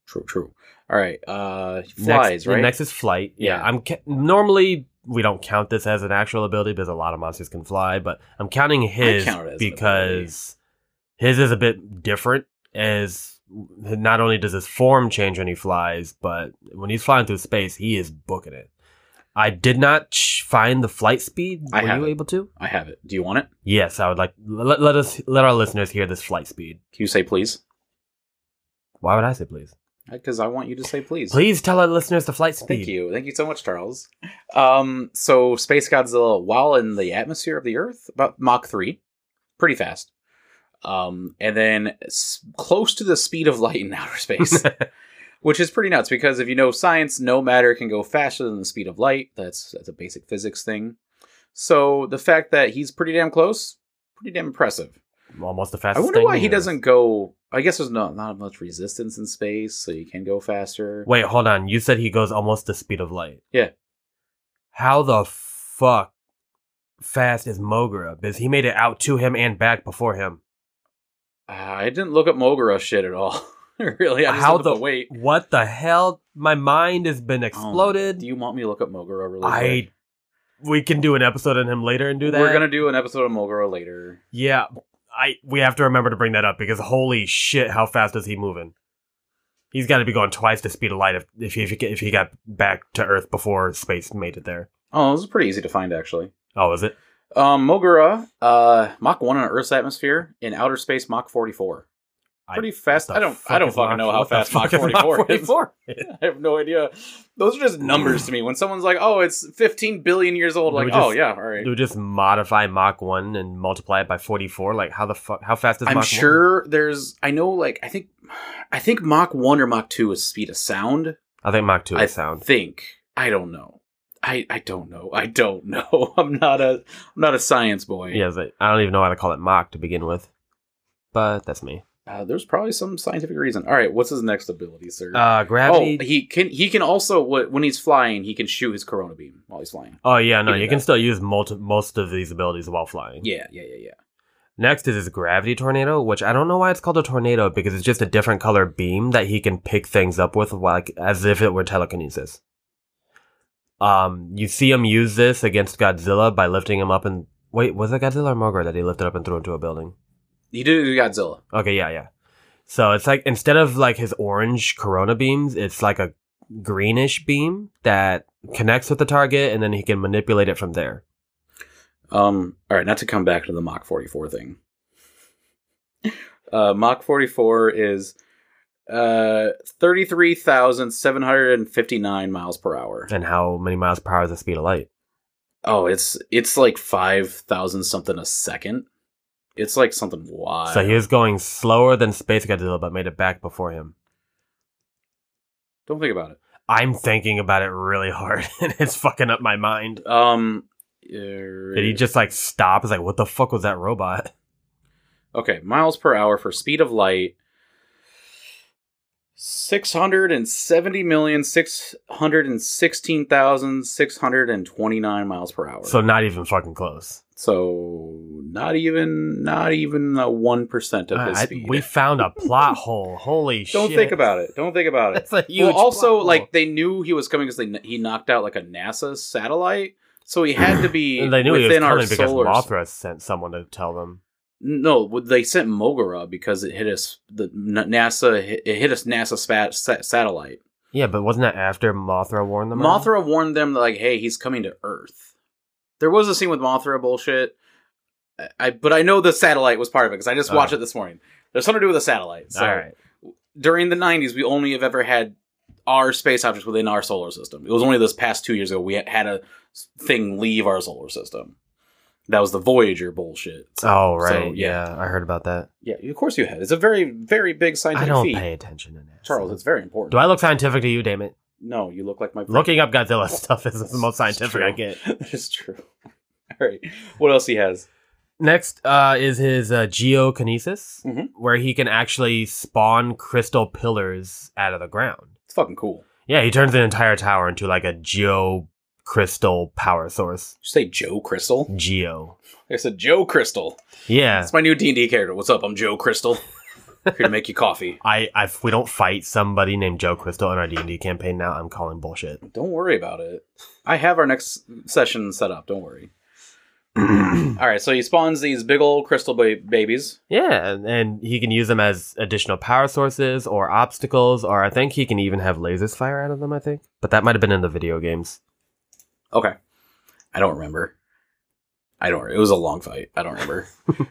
Speaker 1: True. True. All right. Uh, he
Speaker 3: Next-
Speaker 1: flies
Speaker 3: the
Speaker 1: right.
Speaker 3: Next is flight. Yeah,
Speaker 1: Yeah.
Speaker 3: I'm ca- normally we don't count this as an actual ability because a lot of monsters can fly, but I'm counting his
Speaker 1: count it as an
Speaker 3: because his is a bit different. As not only does his form change when he flies, but when he's flying through space, he is booking it. I did not ch- find the flight speed.
Speaker 1: I
Speaker 3: Were
Speaker 1: have
Speaker 3: you
Speaker 1: it.
Speaker 3: able to?
Speaker 1: I have it. Do you want it?
Speaker 3: Yes, I would like let, let us let our listeners hear this flight speed.
Speaker 1: Can you say please?
Speaker 3: Why would I say please?
Speaker 1: Because I want you to say please.
Speaker 3: Please tell our listeners the flight speed.
Speaker 1: Thank you. Thank you so much, Charles. Um, so Space Godzilla, while in the atmosphere of the Earth, about Mach 3, pretty fast. Um, and then s- close to the speed of light in outer space, which is pretty nuts because if you know science, no matter can go faster than the speed of light. That's that's a basic physics thing. So the fact that he's pretty damn close, pretty damn impressive.
Speaker 3: Almost the
Speaker 1: I
Speaker 3: fastest.
Speaker 1: wonder
Speaker 3: thing
Speaker 1: why he
Speaker 3: here.
Speaker 1: doesn't go. I guess there's not not much resistance in space, so you can go faster.
Speaker 3: Wait, hold on. You said he goes almost the speed of light.
Speaker 1: Yeah.
Speaker 3: How the fuck fast is Mogra? Because he made it out to him and back before him.
Speaker 1: Uh, I didn't look up Mogura shit at all. really, I just
Speaker 3: How
Speaker 1: looked up
Speaker 3: the-
Speaker 1: wait.
Speaker 3: What the hell? My mind has been
Speaker 1: Oh,
Speaker 3: exploded.
Speaker 1: do you want me to look up Mogura really?
Speaker 3: I.
Speaker 1: quick?
Speaker 3: We can do an episode on him later and do that.
Speaker 1: We're gonna do an episode of Mogura later.
Speaker 3: Yeah. I we have to remember to bring that up because holy shit, how fast is he moving? He's got to be going twice the speed of light if if he, if he if he got back to Earth before space made it there.
Speaker 1: Oh, this is pretty easy to find actually.
Speaker 3: Oh, is it?
Speaker 1: Um, Mogura, uh, Mach one on Earth's atmosphere in outer space, Mach forty four.
Speaker 3: I-
Speaker 1: Pretty fast.
Speaker 3: What
Speaker 1: I
Speaker 3: the
Speaker 1: don't. I don't
Speaker 3: fuck is
Speaker 1: fucking know how
Speaker 3: what the
Speaker 1: fast Mach
Speaker 3: fuck is
Speaker 1: forty four is.
Speaker 3: 44?
Speaker 1: I have no idea. Those are just numbers to me. When someone's like, "Oh, it's fifteen billion years old,"
Speaker 3: Do we
Speaker 1: like, "Oh
Speaker 3: just-
Speaker 1: yeah, all right."
Speaker 3: Do we just modify Mach 1 and multiply it by 44? Like, how the fuck, how fast is
Speaker 1: I'm
Speaker 3: Mach 1?
Speaker 1: sure there's. I know, like, I think, I think Mach one or Mach two is speed of sound.
Speaker 3: I think Mach 2
Speaker 1: I
Speaker 3: is sound.
Speaker 1: think I don't know. I I don't know. I don't know. I'm not a I'm not a science boy.
Speaker 3: Yeah, it's like- I don't even know how to call it Mach to begin with. But that's me.
Speaker 1: Uh, there's probably some scientific reason. All right. What's his next ability, sir?
Speaker 3: Uh,
Speaker 1: oh,
Speaker 3: gravity. Oh,
Speaker 1: he can he can also wh- when he's flying he can shoot his corona beam while he's flying.
Speaker 3: Oh, yeah, no,
Speaker 1: he did
Speaker 3: you can
Speaker 1: that.
Speaker 3: still use multi- most of these abilities while flying.
Speaker 1: Yeah, yeah, yeah, yeah.
Speaker 3: Next is his gravity tornado, which I don't know why it's called a tornado because it's just a different color beam that he can pick things up with, like as if it were telekinesis. Um, you see him use this against Godzilla by lifting him up and wait, was that Godzilla or Mogra that he lifted up and threw into a building?
Speaker 1: He did it to Godzilla.
Speaker 3: Okay, yeah, yeah. So it's like instead of like his orange corona beams, it's like a greenish beam that connects with the target, and then he can manipulate it from there.
Speaker 1: Um, all right, not to come back to the Mach 44 thing. Uh, Mach 44 is uh 33,759 miles per hour.
Speaker 3: And how many miles per hour is the speed of light?
Speaker 1: Oh, it's it's like 5,000 something a second. It's like something wild.
Speaker 3: so he was going slower than Space Godzilla, but made it back before him.
Speaker 1: Don't think about it.
Speaker 3: I'm thinking about it really hard, and it's fucking up my mind.
Speaker 1: Um
Speaker 3: Did he just like stop? It's like, what the fuck was that robot?
Speaker 1: Okay, miles per hour for speed of light. Six hundred and seventy million six hundred and sixteen thousand six hundred and twenty nine miles per hour.
Speaker 3: So not even fucking close.
Speaker 1: So not even not even a one percent of his
Speaker 3: I- I-
Speaker 1: speed.
Speaker 3: we found a plot hole. Holy shit!
Speaker 1: Don't think about it. Don't think about it.
Speaker 3: That's a huge.
Speaker 1: well, also
Speaker 3: plot hole.
Speaker 1: like they knew he was coming because they he knocked out like a NASA satellite, so he had to be
Speaker 3: And they knew he
Speaker 1: within
Speaker 3: was
Speaker 1: our
Speaker 3: coming because
Speaker 1: solar.
Speaker 3: Mothra sent someone to tell them.
Speaker 1: No, they sent Mogara because it hit us. The NASA hit- it hit us NASA spat, sa- satellite.
Speaker 3: Yeah, but wasn't that after Mothra warned them? out?
Speaker 1: Mothra warned them that, like, hey, he's coming to Earth. There was a scene with Mothra bullshit. I- I but I know the satellite was part of it because I just watched
Speaker 3: Oh.
Speaker 1: it this morning. There's something to do with a satellite. So
Speaker 3: All right.
Speaker 1: during the 90s, we only have ever had our space objects within our solar system. It was only this past two years ago we had- had a s- thing leave our solar system. That was the Voyager bullshit. So-
Speaker 3: Oh right.
Speaker 1: yeah.
Speaker 3: yeah. I heard about that.
Speaker 1: yeah, of course you had. It's a very, very big
Speaker 3: I
Speaker 1: scientific
Speaker 3: don't
Speaker 1: feat.
Speaker 3: pay attention to that.
Speaker 1: Charles, it's very important.
Speaker 3: Do I look scientific to you, damn it?
Speaker 1: no, you look like my friend.
Speaker 3: Looking up Godzilla stuff is the most scientific I
Speaker 1: It's true.
Speaker 3: get.
Speaker 1: It's true. All right. What else he has?
Speaker 3: Next uh, is his uh, geokinesis,
Speaker 1: Mhm.
Speaker 3: where he can actually spawn crystal pillars out of the ground.
Speaker 1: It's fucking cool.
Speaker 3: Yeah, he turns an entire tower into like a geo crystal power source.
Speaker 1: Did you say Joe Crystal?
Speaker 3: Geo.
Speaker 1: I said Joe Crystal.
Speaker 3: Yeah.
Speaker 1: That's my new D and D character. What's up? I'm Joe Crystal. Here to make you coffee.
Speaker 3: I, I if we don't fight somebody named Joe Crystal in our D and D campaign now, I'm calling bullshit.
Speaker 1: Don't worry about it. I have our next session set up. Don't worry. All right. So he spawns these big old crystal ba- babies.
Speaker 3: Yeah, and- and he can use them as additional power sources or obstacles, or I think he can even have lasers fire out of them. I think, but that might have been in the video games.
Speaker 1: Okay. I don't remember. I don't. It was a long fight. I don't remember.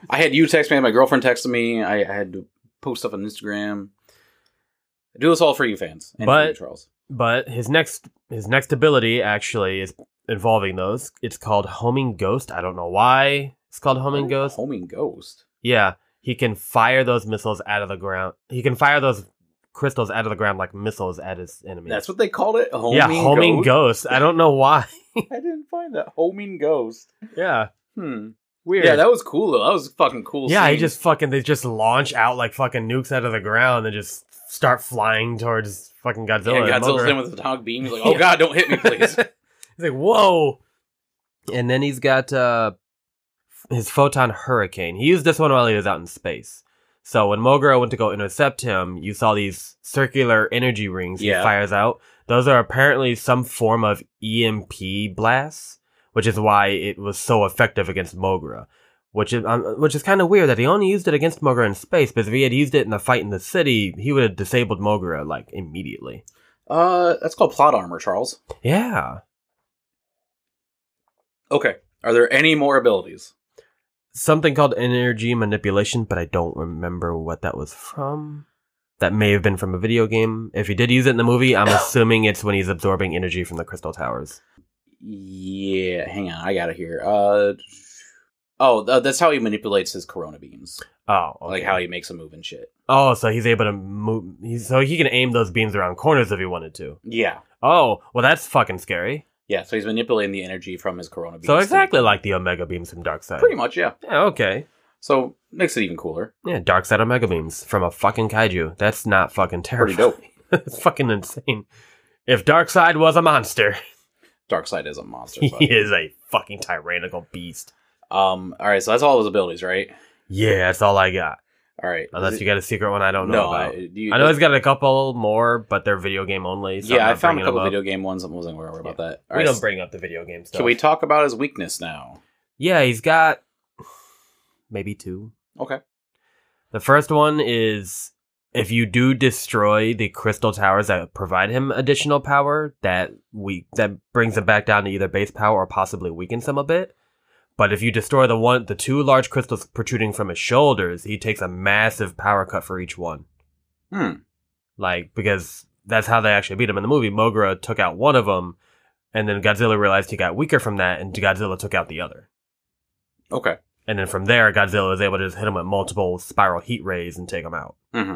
Speaker 1: I had you text me. My girlfriend texted me. I, I had to post stuff on Instagram. I do this all for you fans and for you,
Speaker 3: But-
Speaker 1: Charles.
Speaker 3: But his next his next ability actually is involving those. It's called homing ghost. I don't know why it's called homing ghost.
Speaker 1: Oh, Homing ghost.
Speaker 3: Yeah, he can fire those missiles out of the ground. He can fire those crystals out of the ground like missiles at his enemies.
Speaker 1: That's what they called it. Homing
Speaker 3: yeah, homing ghost. I don't know why.
Speaker 1: I didn't find that homing ghost.
Speaker 3: yeah,
Speaker 1: Hmm.
Speaker 3: weird.
Speaker 1: Yeah, that was cool though. That was a fucking cool.
Speaker 3: yeah, he
Speaker 1: scene.
Speaker 3: just fucking they just launch out like fucking nukes out of the ground and just start flying towards fucking
Speaker 1: yeah,
Speaker 3: Godzilla. and
Speaker 1: Godzilla's
Speaker 3: Mothra.
Speaker 1: in with the atomic beam. He's like, "Oh
Speaker 3: Yeah.
Speaker 1: God, don't hit me, please."
Speaker 3: he's like, whoa. And then he's got uh his photon hurricane. He used this one while he was out in space. So when Mogura went to go intercept him, you saw these circular energy rings
Speaker 1: Yeah.
Speaker 3: he fires out. Those are apparently some form of EMP blasts, which is why it was so effective against Mogura. Which is um, which is kind of weird that he only used it against Mogura in space, because if he had used it in the fight in the city, he would have disabled Mogura like immediately.
Speaker 1: uh, that's called plot armor, Charles.
Speaker 3: Yeah.
Speaker 1: Okay. Are there any more abilities?
Speaker 3: something called energy manipulation, but I don't remember what that was from. That may have been from a video game. If he did use it in the movie, I'm assuming it's when he's absorbing energy from the crystal towers.
Speaker 1: Yeah. Hang on, I got it here. Uh, oh, th- that's how he manipulates his corona beams,
Speaker 3: Oh,
Speaker 1: like
Speaker 3: okay.
Speaker 1: how he makes them move and shit.
Speaker 3: oh, so he's able to move. He's, so he can aim those beams around corners if he wanted to.
Speaker 1: Yeah.
Speaker 3: Oh, well, that's fucking scary.
Speaker 1: Yeah. So he's manipulating the energy from his corona beams.
Speaker 3: So exactly like the Omega beams from Darkseid.
Speaker 1: Pretty much, yeah.
Speaker 3: Yeah, okay.
Speaker 1: So makes it even cooler.
Speaker 3: Yeah, Darkseid Omega beams from a fucking kaiju. That's not fucking
Speaker 1: Pretty
Speaker 3: terrifying.
Speaker 1: dope.
Speaker 3: it's fucking insane. If Darkseid was a monster.
Speaker 1: Darkseid is a monster.
Speaker 3: He
Speaker 1: buddy.
Speaker 3: is a fucking tyrannical beast.
Speaker 1: Um. All right. So that's all his abilities, right?
Speaker 3: Yeah, that's all I got.
Speaker 1: All right.
Speaker 3: Unless
Speaker 1: Is
Speaker 3: Oh, you
Speaker 1: it-
Speaker 3: got a secret one I don't know
Speaker 1: no,
Speaker 3: about.
Speaker 1: I, do you,
Speaker 3: I know he's got a couple more, but they're video game only. So
Speaker 1: yeah, I found a couple video game ones. I wasn't worried about that. All
Speaker 3: We
Speaker 1: right,
Speaker 3: don't bring up the video game stuff.
Speaker 1: Can we talk about his weakness now?
Speaker 3: yeah, he's got maybe two.
Speaker 1: Okay.
Speaker 3: The first one is if you do destroy the crystal towers that provide him additional power, that we that brings him back down to either base power or possibly weakens him a bit. But if you destroy the one the two large crystals protruding from his shoulders, he takes a massive power cut for each one.
Speaker 1: Hmm.
Speaker 3: Like because that's how they actually beat him in the movie. Mogra took out one of them, and then Godzilla realized he got weaker from that, and Godzilla took out the other.
Speaker 1: Okay.
Speaker 3: And then from there, Godzilla was able to just hit him with multiple spiral heat rays and take him out.
Speaker 1: hmm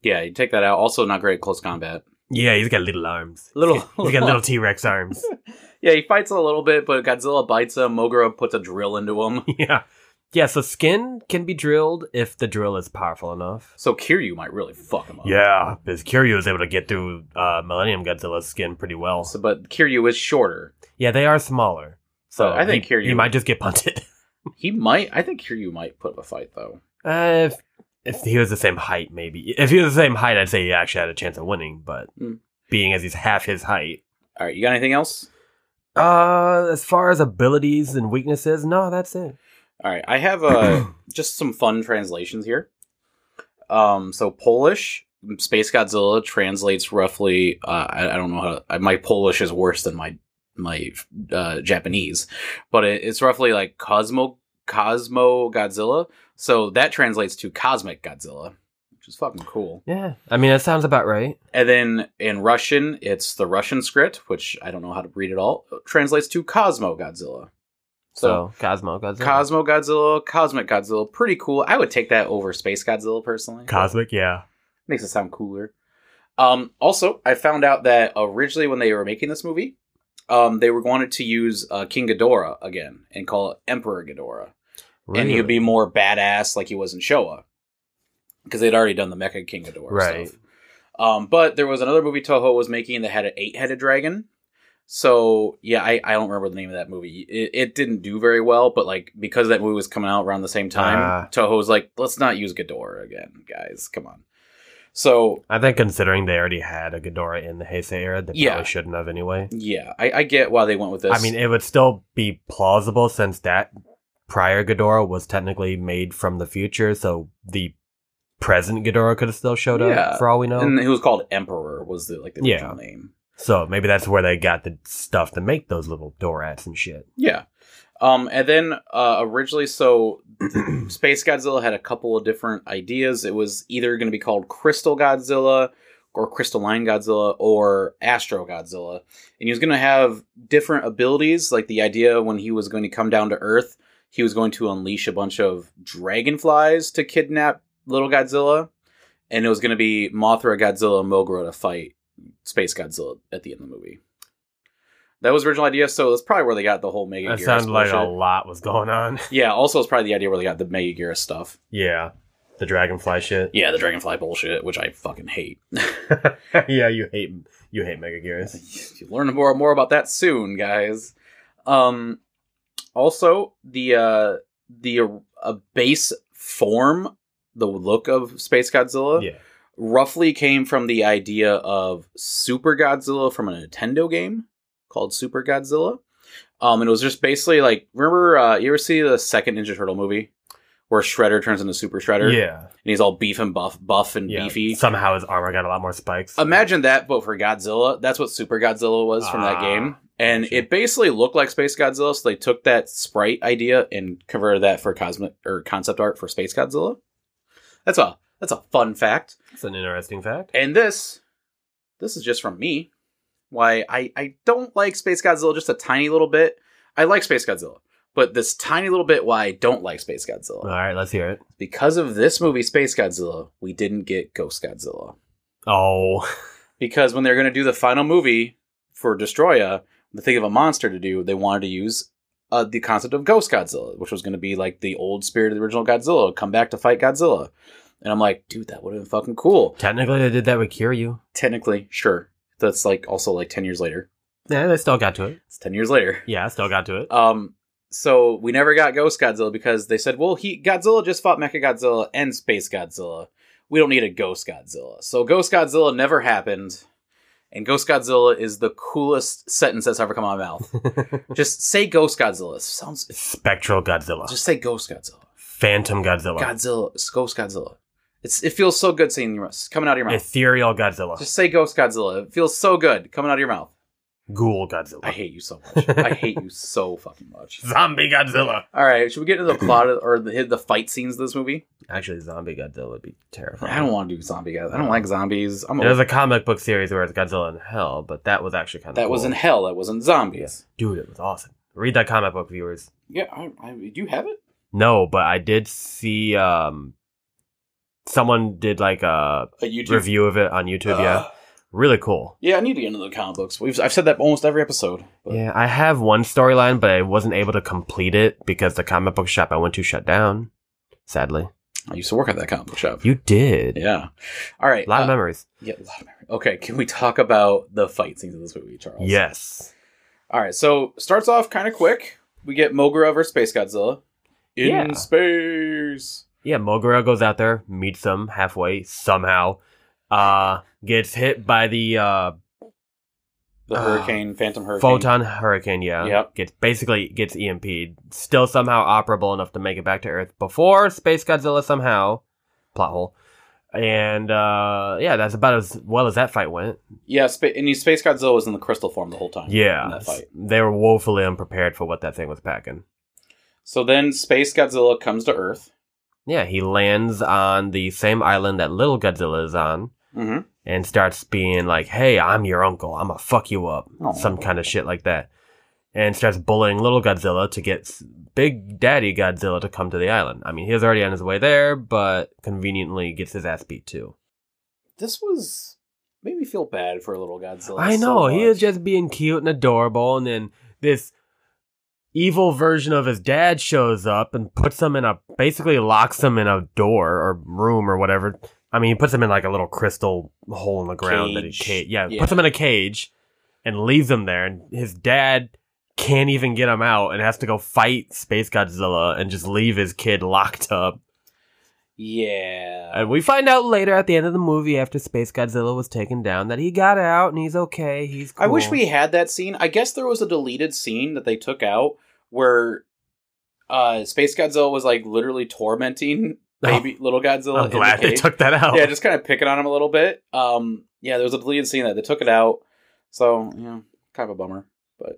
Speaker 1: Yeah, you take that out. Also, not great at close
Speaker 3: Hmm.
Speaker 1: combat.
Speaker 3: Yeah, he's got little arms.
Speaker 1: Little-
Speaker 3: he's got, he's got little T Rex arms.
Speaker 1: Yeah, he fights a little bit, but Godzilla bites him. Mogura puts a drill into him.
Speaker 3: yeah, yeah. So skin can be drilled if the drill is powerful enough.
Speaker 1: So Kiryu might really fuck him up.
Speaker 3: Yeah, because Kiryu was able to get through uh, Millennium Godzilla's skin pretty well.
Speaker 1: So, but Kiryu is shorter.
Speaker 3: yeah, they are smaller, so
Speaker 1: But I think
Speaker 3: he,
Speaker 1: Kiryu-
Speaker 3: he might just get punted.
Speaker 1: He might. I think Kiryu might put up a fight though.
Speaker 3: Uh, if if he was the same height, maybe. If he was the same height, I'd say he actually had a chance of winning. But
Speaker 1: Mm.
Speaker 3: being as he's half his height,
Speaker 1: All right, you got anything else?
Speaker 3: uh, as far as abilities and weaknesses, no, that's it.
Speaker 1: All right, I have uh, just some fun translations here. Um, so Polish Space Godzilla translates roughly. Uh, I, I don't know how. To, I- my Polish is worse than my my uh, Japanese, but it, it's roughly like Cosmo Cosmo Godzilla. So that translates to Cosmic Godzilla, which is fucking cool.
Speaker 3: Yeah, I mean, that sounds about right.
Speaker 1: And then in Russian, it's the Russian script, which I don't know how to read at all. Translates to Cosmo Godzilla.
Speaker 3: So, Cosmo, Godzilla.
Speaker 1: Cosmo Godzilla, Cosmic Godzilla, pretty cool. I would take that over Space Godzilla personally.
Speaker 3: Cosmic, yeah.
Speaker 1: Makes it sound cooler. Um, also, I found out that originally when they were making this movie, um, they were wanted to use uh, King Ghidorah again and call it Emperor Ghidorah, and he would be more badass like he was in Showa, because they'd already done the Mecha King Ghidorah
Speaker 3: Right.
Speaker 1: stuff. Um, but there was another movie Toho was making that had an eight-headed dragon. So yeah, I, I don't remember the name of that movie. It, it didn't do very well, but like because that movie was coming out around the same time,
Speaker 3: Ah.
Speaker 1: Toho was like, let's not use Ghidorah again, guys. Come on. So
Speaker 3: I think considering they already had a Ghidorah in the Heisei era, they
Speaker 1: Yeah.
Speaker 3: probably shouldn't have anyway.
Speaker 1: yeah, I, I get why they went with this.
Speaker 3: I mean, it would still be plausible since that prior Ghidorah was technically made from the future, so the present Ghidorah could have still showed up
Speaker 1: Yeah.
Speaker 3: for all we know.
Speaker 1: and he was called Emperor was the like the
Speaker 3: Yeah.
Speaker 1: original name.
Speaker 3: So maybe that's where they got the stuff to make those little Dorats and shit.
Speaker 1: Yeah. Um, and then uh, originally, so Space Godzilla had a couple of different ideas. It was either going to be called Crystal Godzilla or Crystalline Godzilla or Astro Godzilla. And he was going to have different abilities. Like the idea when he was going to come down to Earth, he was going to unleash a bunch of dragonflies to kidnap little Godzilla. And it was going to be Mothra, Godzilla, and Mogra to fight Space Godzilla at the end of the movie. That was the original idea, so that's probably where they got the whole Mega
Speaker 3: That
Speaker 1: Geass
Speaker 3: sounded like a
Speaker 1: bullshit.
Speaker 3: lot was going on.
Speaker 1: Yeah, also it's probably the idea where they got the Mega Gear stuff.
Speaker 3: Yeah. The dragonfly shit.
Speaker 1: Yeah, the Dragonfly bullshit, which I fucking hate.
Speaker 3: yeah, you hate you hate Mega Gears.
Speaker 1: you learn more more about that soon, guys. Um, also the uh, the uh, base form, the look of Space Godzilla,
Speaker 3: Yeah.
Speaker 1: roughly came from the idea of Super Godzilla from a Nintendo game called Super Godzilla. Um, and it was just basically like remember uh, you ever see the second Ninja Turtle movie where Shredder turns into Super Shredder?
Speaker 3: Yeah.
Speaker 1: and he's all beef and buff, buff and
Speaker 3: yeah.
Speaker 1: beefy.
Speaker 3: Somehow his armor got a lot more spikes.
Speaker 1: Imagine that, but for Godzilla. That's what Super Godzilla was from that
Speaker 3: Ah,
Speaker 1: game, and
Speaker 3: gotcha.
Speaker 1: it basically looked like Space Godzilla. So they took that sprite idea and converted that for cosmic or concept art for Space Godzilla. That's a that's a fun fact.
Speaker 3: That's an interesting fact.
Speaker 1: And this this is just from me. Why I I don't like Space Godzilla just a tiny little bit. I like Space Godzilla, but this tiny little bit why I don't like Space Godzilla
Speaker 3: All right, let's hear it.
Speaker 1: because of this movie Space Godzilla, we didn't get Ghost Godzilla.
Speaker 3: Oh.
Speaker 1: because when they're going to do the final movie for Destroya, the thing of a monster to do, they wanted to use uh, the concept of Ghost Godzilla, which was going to be like the old spirit of the original Godzilla, come back to fight Godzilla. And I'm like, dude, that would have been fucking cool.
Speaker 3: Technically they did that with Kiryu.
Speaker 1: Technically, sure. That's like also like 10 years later.
Speaker 3: Yeah, they still got to it.
Speaker 1: It's 10 years later.
Speaker 3: Yeah, still got to it.
Speaker 1: Um, so we never got Ghost Godzilla because they said, well, he Godzilla just fought Mecha Godzilla and Space Godzilla. We don't need a Ghost Godzilla. So Ghost Godzilla never happened. And Ghost Godzilla is the coolest sentence that's ever come out of my mouth. just say Ghost Godzilla. It sounds
Speaker 3: Spectral Godzilla,
Speaker 1: just say Ghost Godzilla.
Speaker 3: Phantom Godzilla,
Speaker 1: Godzilla, it's Ghost Godzilla. It's it feels so good seeing your coming out of your mouth.
Speaker 3: Ethereal Godzilla,
Speaker 1: Just say Ghost Godzilla. It feels so good coming out of your mouth.
Speaker 3: Ghoul Godzilla,
Speaker 1: I hate you so much. I hate you so fucking much.
Speaker 3: Zombie Godzilla.
Speaker 1: All right, should we get into the plot of, or the, the fight scenes of this movie?
Speaker 3: Actually, Zombie Godzilla would be terrifying.
Speaker 1: I don't want to do zombie guys. I don't like zombies. I'm
Speaker 3: There's
Speaker 1: a,
Speaker 3: a comic book series where it's Godzilla in hell, but that was actually kind of
Speaker 1: that was in hell. That wasn't zombies.
Speaker 3: Dude, it was awesome. Read that comic book, viewers.
Speaker 1: Yeah, I, I, do you have it?
Speaker 3: No, but I did see um someone did like a
Speaker 1: A YouTube
Speaker 3: review of it on YouTube. yeah,
Speaker 1: Ugh.
Speaker 3: really cool.
Speaker 1: Yeah, I need to get into the comic books. We've I've said that almost every episode. but-
Speaker 3: Yeah, I have one storyline, but I wasn't able to complete it because the comic book shop I went to shut down. Sadly,
Speaker 1: I used to work at that comic book shop.
Speaker 3: you did.
Speaker 1: yeah. All right.
Speaker 3: A lot of
Speaker 1: uh,
Speaker 3: memories.
Speaker 1: yeah, a lot of memory. Okay, can we talk about the fight scenes of this movie, Charles?
Speaker 3: Yes.
Speaker 1: All right, so starts off kind of quick. We get Mogura versus Space Godzilla in
Speaker 3: Yeah.
Speaker 1: space.
Speaker 3: Yeah, Mogura goes out there, meets them halfway somehow, uh, gets hit by the uh,
Speaker 1: The
Speaker 3: Ah.
Speaker 1: hurricane, Phantom Hurricane.
Speaker 3: photon hurricane. Yeah,
Speaker 1: Yep.
Speaker 3: gets basically gets EMP'd. Still somehow operable enough to make it back to Earth before Space Godzilla somehow plot hole. And uh, yeah, that's about as well as that fight went.
Speaker 1: Yeah, spa- and you- Space Godzilla was in the crystal form the whole time. in
Speaker 3: Yeah,
Speaker 1: that fight.
Speaker 3: they were woefully unprepared for what that thing was packing.
Speaker 1: So then Space Godzilla comes to Earth.
Speaker 3: Yeah, he lands on the same island that Little Godzilla is on.
Speaker 1: Mm-hmm.
Speaker 3: and starts being like, "Hey, I'm your uncle. I'm gonna fuck you up,"
Speaker 1: Aw.
Speaker 3: some kind of shit like that, and starts bullying little Godzilla to get s- Big Daddy Godzilla to come to the island. I mean, he was already on his way there, but conveniently gets his ass beat too.
Speaker 1: This was made me feel bad for little Godzilla.
Speaker 3: I
Speaker 1: so
Speaker 3: know he
Speaker 1: much.
Speaker 3: is just being cute and adorable, and then this evil version of his dad shows up and puts him in a basically locks him in a door or room or whatever. I mean, he puts him in like a little crystal hole in the ground that he
Speaker 1: Cage.
Speaker 3: ca- yeah,
Speaker 1: Yeah.
Speaker 3: puts him in a cage and leaves him there and his dad can't even get him out and has to go fight Space Godzilla and just leave his kid locked up.
Speaker 1: Yeah.
Speaker 3: And we find out later at the end of the movie after Space Godzilla was taken down that he got out and he's okay. He's cool.
Speaker 1: I wish we had that scene. I guess there was a deleted scene that they took out where uh Space Godzilla was like literally tormenting
Speaker 3: Oh.
Speaker 1: baby little Godzilla.
Speaker 3: I'm
Speaker 1: in the
Speaker 3: glad they
Speaker 1: cage.
Speaker 3: took that out.
Speaker 1: Yeah, just kind of picking on him a little bit. Um yeah, there was a deleted scene that they took it out. So, you know, kind of a bummer, but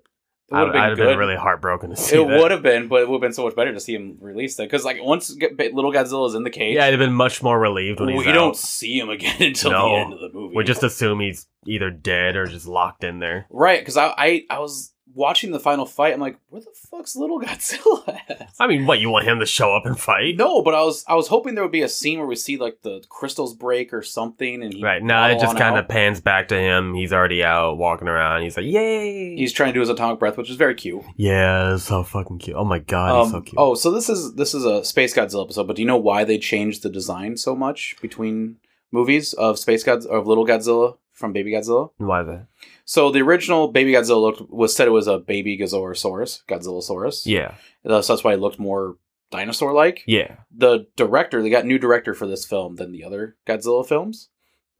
Speaker 1: it
Speaker 3: I,
Speaker 1: would've
Speaker 3: I'd have been
Speaker 1: good.
Speaker 3: really heartbroken to see
Speaker 1: it
Speaker 3: that.
Speaker 1: would have been, but it would have been so much better to see him release that because, like, once G- Ba- little Godzilla's in the cage,
Speaker 3: Yeah, I'd have been much more relieved when
Speaker 1: we
Speaker 3: he's
Speaker 1: don't
Speaker 3: out.
Speaker 1: see him again until
Speaker 3: No.
Speaker 1: the end of the movie.
Speaker 3: We just assume he's either dead or just locked in there.
Speaker 1: Right, because I, I I was watching the final fight. I'm like, where the fuck's little Godzilla at?
Speaker 3: I mean, what you want him to show up and fight?
Speaker 1: No, but I was I was hoping there would be a scene where we see like the crystals break or something, and he
Speaker 3: Right now, it
Speaker 1: fall
Speaker 3: just
Speaker 1: on
Speaker 3: kind of
Speaker 1: out.
Speaker 3: pans back to him. He's already out walking around. He's like, "Yay!"
Speaker 1: he's trying to do his atomic breath, which is very cute.
Speaker 3: yeah, it's so fucking cute. Oh my god, he's so
Speaker 1: Um,
Speaker 3: cute.
Speaker 1: Oh, so this is this is a Space Godzilla episode, but do you know why they changed the design so much between movies of Space Gods of Little Godzilla from Baby Godzilla?
Speaker 3: why the?
Speaker 1: So the original Baby Godzilla looked was said it was a baby Gazorosaurus, Godzillasaurus.
Speaker 3: Yeah,
Speaker 1: so that's why it looked more dinosaur like.
Speaker 3: yeah.
Speaker 1: the director, they got new director for this film than the other Godzilla films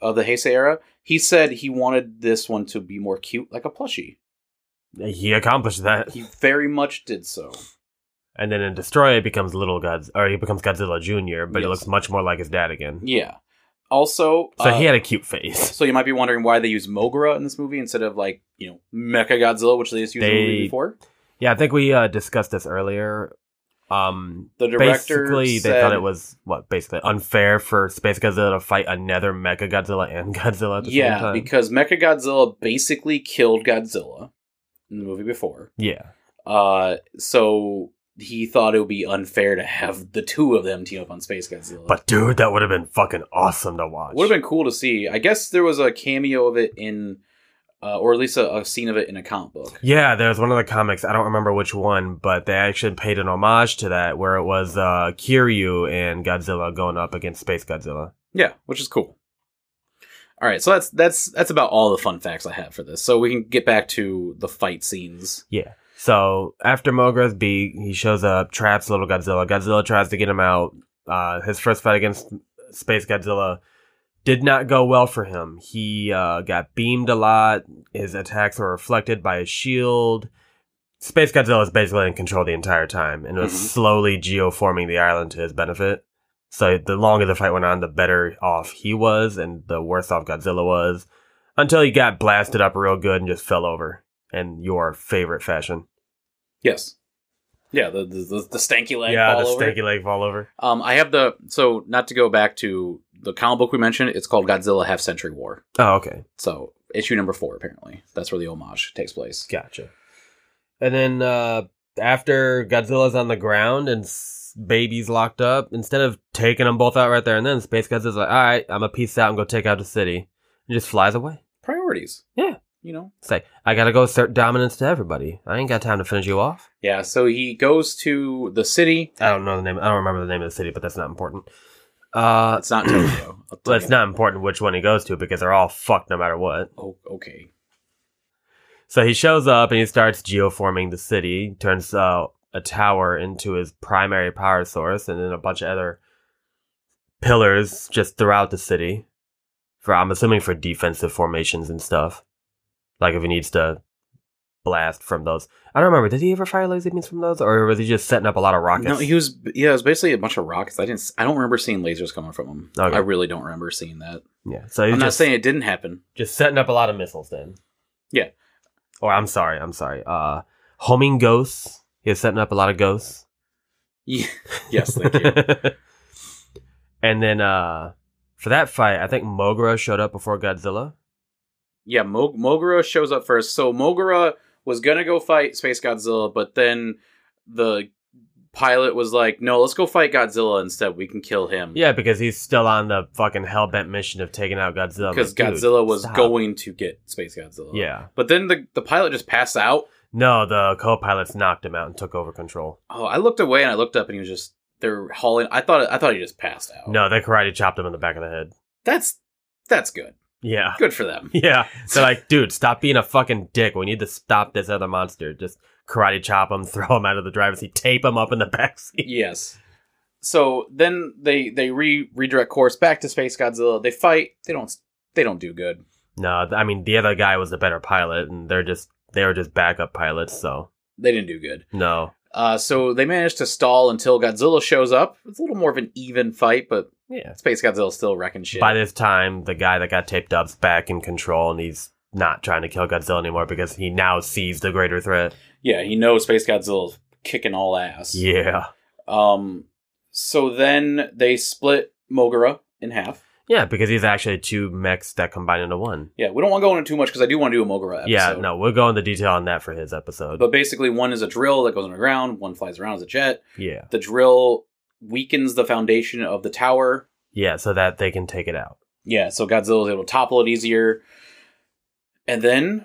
Speaker 1: of the Heisei era. He said he wanted this one to be more cute, like a plushie.
Speaker 3: He accomplished that,
Speaker 1: He very much did so.
Speaker 3: and then in Destroy, it becomes Little Gods, or he becomes Godzilla Junior, but he
Speaker 1: Yes.
Speaker 3: looks much more like his dad again.
Speaker 1: Yeah. Also,
Speaker 3: So he
Speaker 1: uh,
Speaker 3: had a cute face.
Speaker 1: so you might be wondering why they use Mogura in this movie instead of like you know Mecha Godzilla, which they just used in the
Speaker 3: They-
Speaker 1: movie before.
Speaker 3: Yeah, I think we uh, discussed this earlier. Um,
Speaker 1: The director
Speaker 3: basically they
Speaker 1: said-
Speaker 3: thought it was what basically unfair for Space Godzilla to fight another Mecha Godzilla and Godzilla at the same
Speaker 1: Yeah,
Speaker 3: time.
Speaker 1: because Mecha Godzilla basically killed Godzilla in the movie before.
Speaker 3: yeah,
Speaker 1: Uh, so he thought it would be unfair to have the two of them team up on Space Godzilla.
Speaker 3: but dude, that would have been fucking awesome to watch.
Speaker 1: Would have been cool to see. I guess there was a cameo of it in, uh, or at least a, a scene of it in a comic book.
Speaker 3: Yeah, there was one of the comics. I don't remember which one, but they actually paid an homage to that, where it was uh, Kiryu and Godzilla going up against Space Godzilla.
Speaker 1: Yeah, which is cool. All right, so that's that's that's about all the fun facts I have for this. So we can get back to the fight scenes.
Speaker 3: Yeah. So after Mogra's beat, he shows up, traps little Godzilla. Godzilla tries to get him out. Uh, his first fight against Space Godzilla did not go well for him. He uh, got beamed a lot. His attacks were reflected by his shield. Space Godzilla is basically in control the entire time and was
Speaker 1: Mhm.
Speaker 3: slowly geoforming the island to his benefit. So the longer the fight went on, the better off he was and the worse off Godzilla was until he got blasted up real good and just fell over in your favorite fashion.
Speaker 1: Yes. Yeah, the the, the, the stanky leg.
Speaker 3: yeah,
Speaker 1: fall
Speaker 3: the
Speaker 1: over.
Speaker 3: stanky leg fall over.
Speaker 1: Um, I have the so not to go back to the comic book we mentioned. It's called Godzilla Half Century War.
Speaker 3: Oh, okay,
Speaker 1: So issue number four, apparently, that's where the homage takes place.
Speaker 3: gotcha. And then uh, after Godzilla's on the ground and s- baby's locked up, instead of taking them both out right there and then, Space Godzilla's like, "All right, I'm gonna peace out and go take out the city," and just flies away.
Speaker 1: Priorities.
Speaker 3: Yeah.
Speaker 1: You know.
Speaker 3: It's like I gotta go assert dominance to everybody. I ain't got time to finish you off.
Speaker 1: Yeah. So he goes to the city.
Speaker 3: I don't know the name. I don't remember the name of the city, but that's not important. Uh,
Speaker 1: That's not Tokyo. I'll
Speaker 3: well,
Speaker 1: take
Speaker 3: it's
Speaker 1: it.
Speaker 3: not important which one he goes to because they're all fucked no matter what.
Speaker 1: Oh, okay.
Speaker 3: So he shows up and he starts geoforming the city, turns uh, a tower into his primary power source, and then a bunch of other pillars just throughout the city. For I'm assuming for defensive formations and stuff. Like if he needs to blast from those. I don't remember. Did he ever fire laser beams from those, or was he just setting up a lot of rockets?
Speaker 1: No, he was. Yeah, it was basically a bunch of rockets. I didn't. s- I don't remember seeing lasers coming from him.
Speaker 3: Okay.
Speaker 1: I really don't remember seeing that.
Speaker 3: yeah. So he's
Speaker 1: I'm not
Speaker 3: just,
Speaker 1: saying it didn't happen.
Speaker 3: just setting up a lot of missiles then.
Speaker 1: Yeah.
Speaker 3: Or I'm sorry. I'm sorry. Uh, homing ghosts. He was setting up a lot of ghosts.
Speaker 1: Yeah. yes, thank you.
Speaker 3: and then uh for that fight, I think Mogra showed up before Godzilla.
Speaker 1: Yeah, Mo- Mogura shows up first. So Mogura was gonna go fight Space Godzilla, but then the pilot was like, "No, let's go fight Godzilla instead. We can kill him."
Speaker 3: Yeah, because he's still on the fucking hellbent mission of taking out Godzilla. I'm
Speaker 1: because
Speaker 3: like, dude,
Speaker 1: Godzilla was
Speaker 3: stop.
Speaker 1: going to get Space Godzilla.
Speaker 3: Yeah.
Speaker 1: but then the the pilot just passed out.
Speaker 3: No, the co-pilots knocked him out and took over control.
Speaker 1: Oh, I looked away and I looked up and he was just they're hauling. I thought I thought he just passed out.
Speaker 3: No, they karate chopped him in the back of the head.
Speaker 1: that's that's good.
Speaker 3: Yeah.
Speaker 1: Good for them.
Speaker 3: Yeah. So like, dude, stop being a fucking dick. We need to stop this other monster. Just karate chop him, throw him out of the driver's seat, tape him up in the back seat.
Speaker 1: yes. So then they they re- redirect course back to Space Godzilla. They fight. They don't they don't do good.
Speaker 3: No, th- I mean the other guy was the better pilot and they're just they were just backup pilots, so
Speaker 1: They didn't do good.
Speaker 3: no.
Speaker 1: Uh, so they managed to stall until Godzilla shows up. It's a little more of an even fight, but
Speaker 3: Yeah.
Speaker 1: Space Godzilla's still wrecking shit.
Speaker 3: By this time, the guy that got taped up's back in control, and he's not trying to kill Godzilla anymore because he now sees the greater threat.
Speaker 1: yeah, he knows Space Godzilla's kicking all ass.
Speaker 3: Yeah,
Speaker 1: Um. So then they split Mogura in half.
Speaker 3: yeah, because he's actually two mechs that combine into one.
Speaker 1: Yeah, we don't want to go into too much because I do want to do a Mogura episode.
Speaker 3: Yeah, no, we'll go into detail on that for his episode.
Speaker 1: But basically, one is a drill that goes underground. One flies around as a jet.
Speaker 3: yeah,
Speaker 1: The drill weakens the foundation of the tower,
Speaker 3: yeah, so that they can take it out.
Speaker 1: Yeah, so Godzilla's able to topple it easier. And then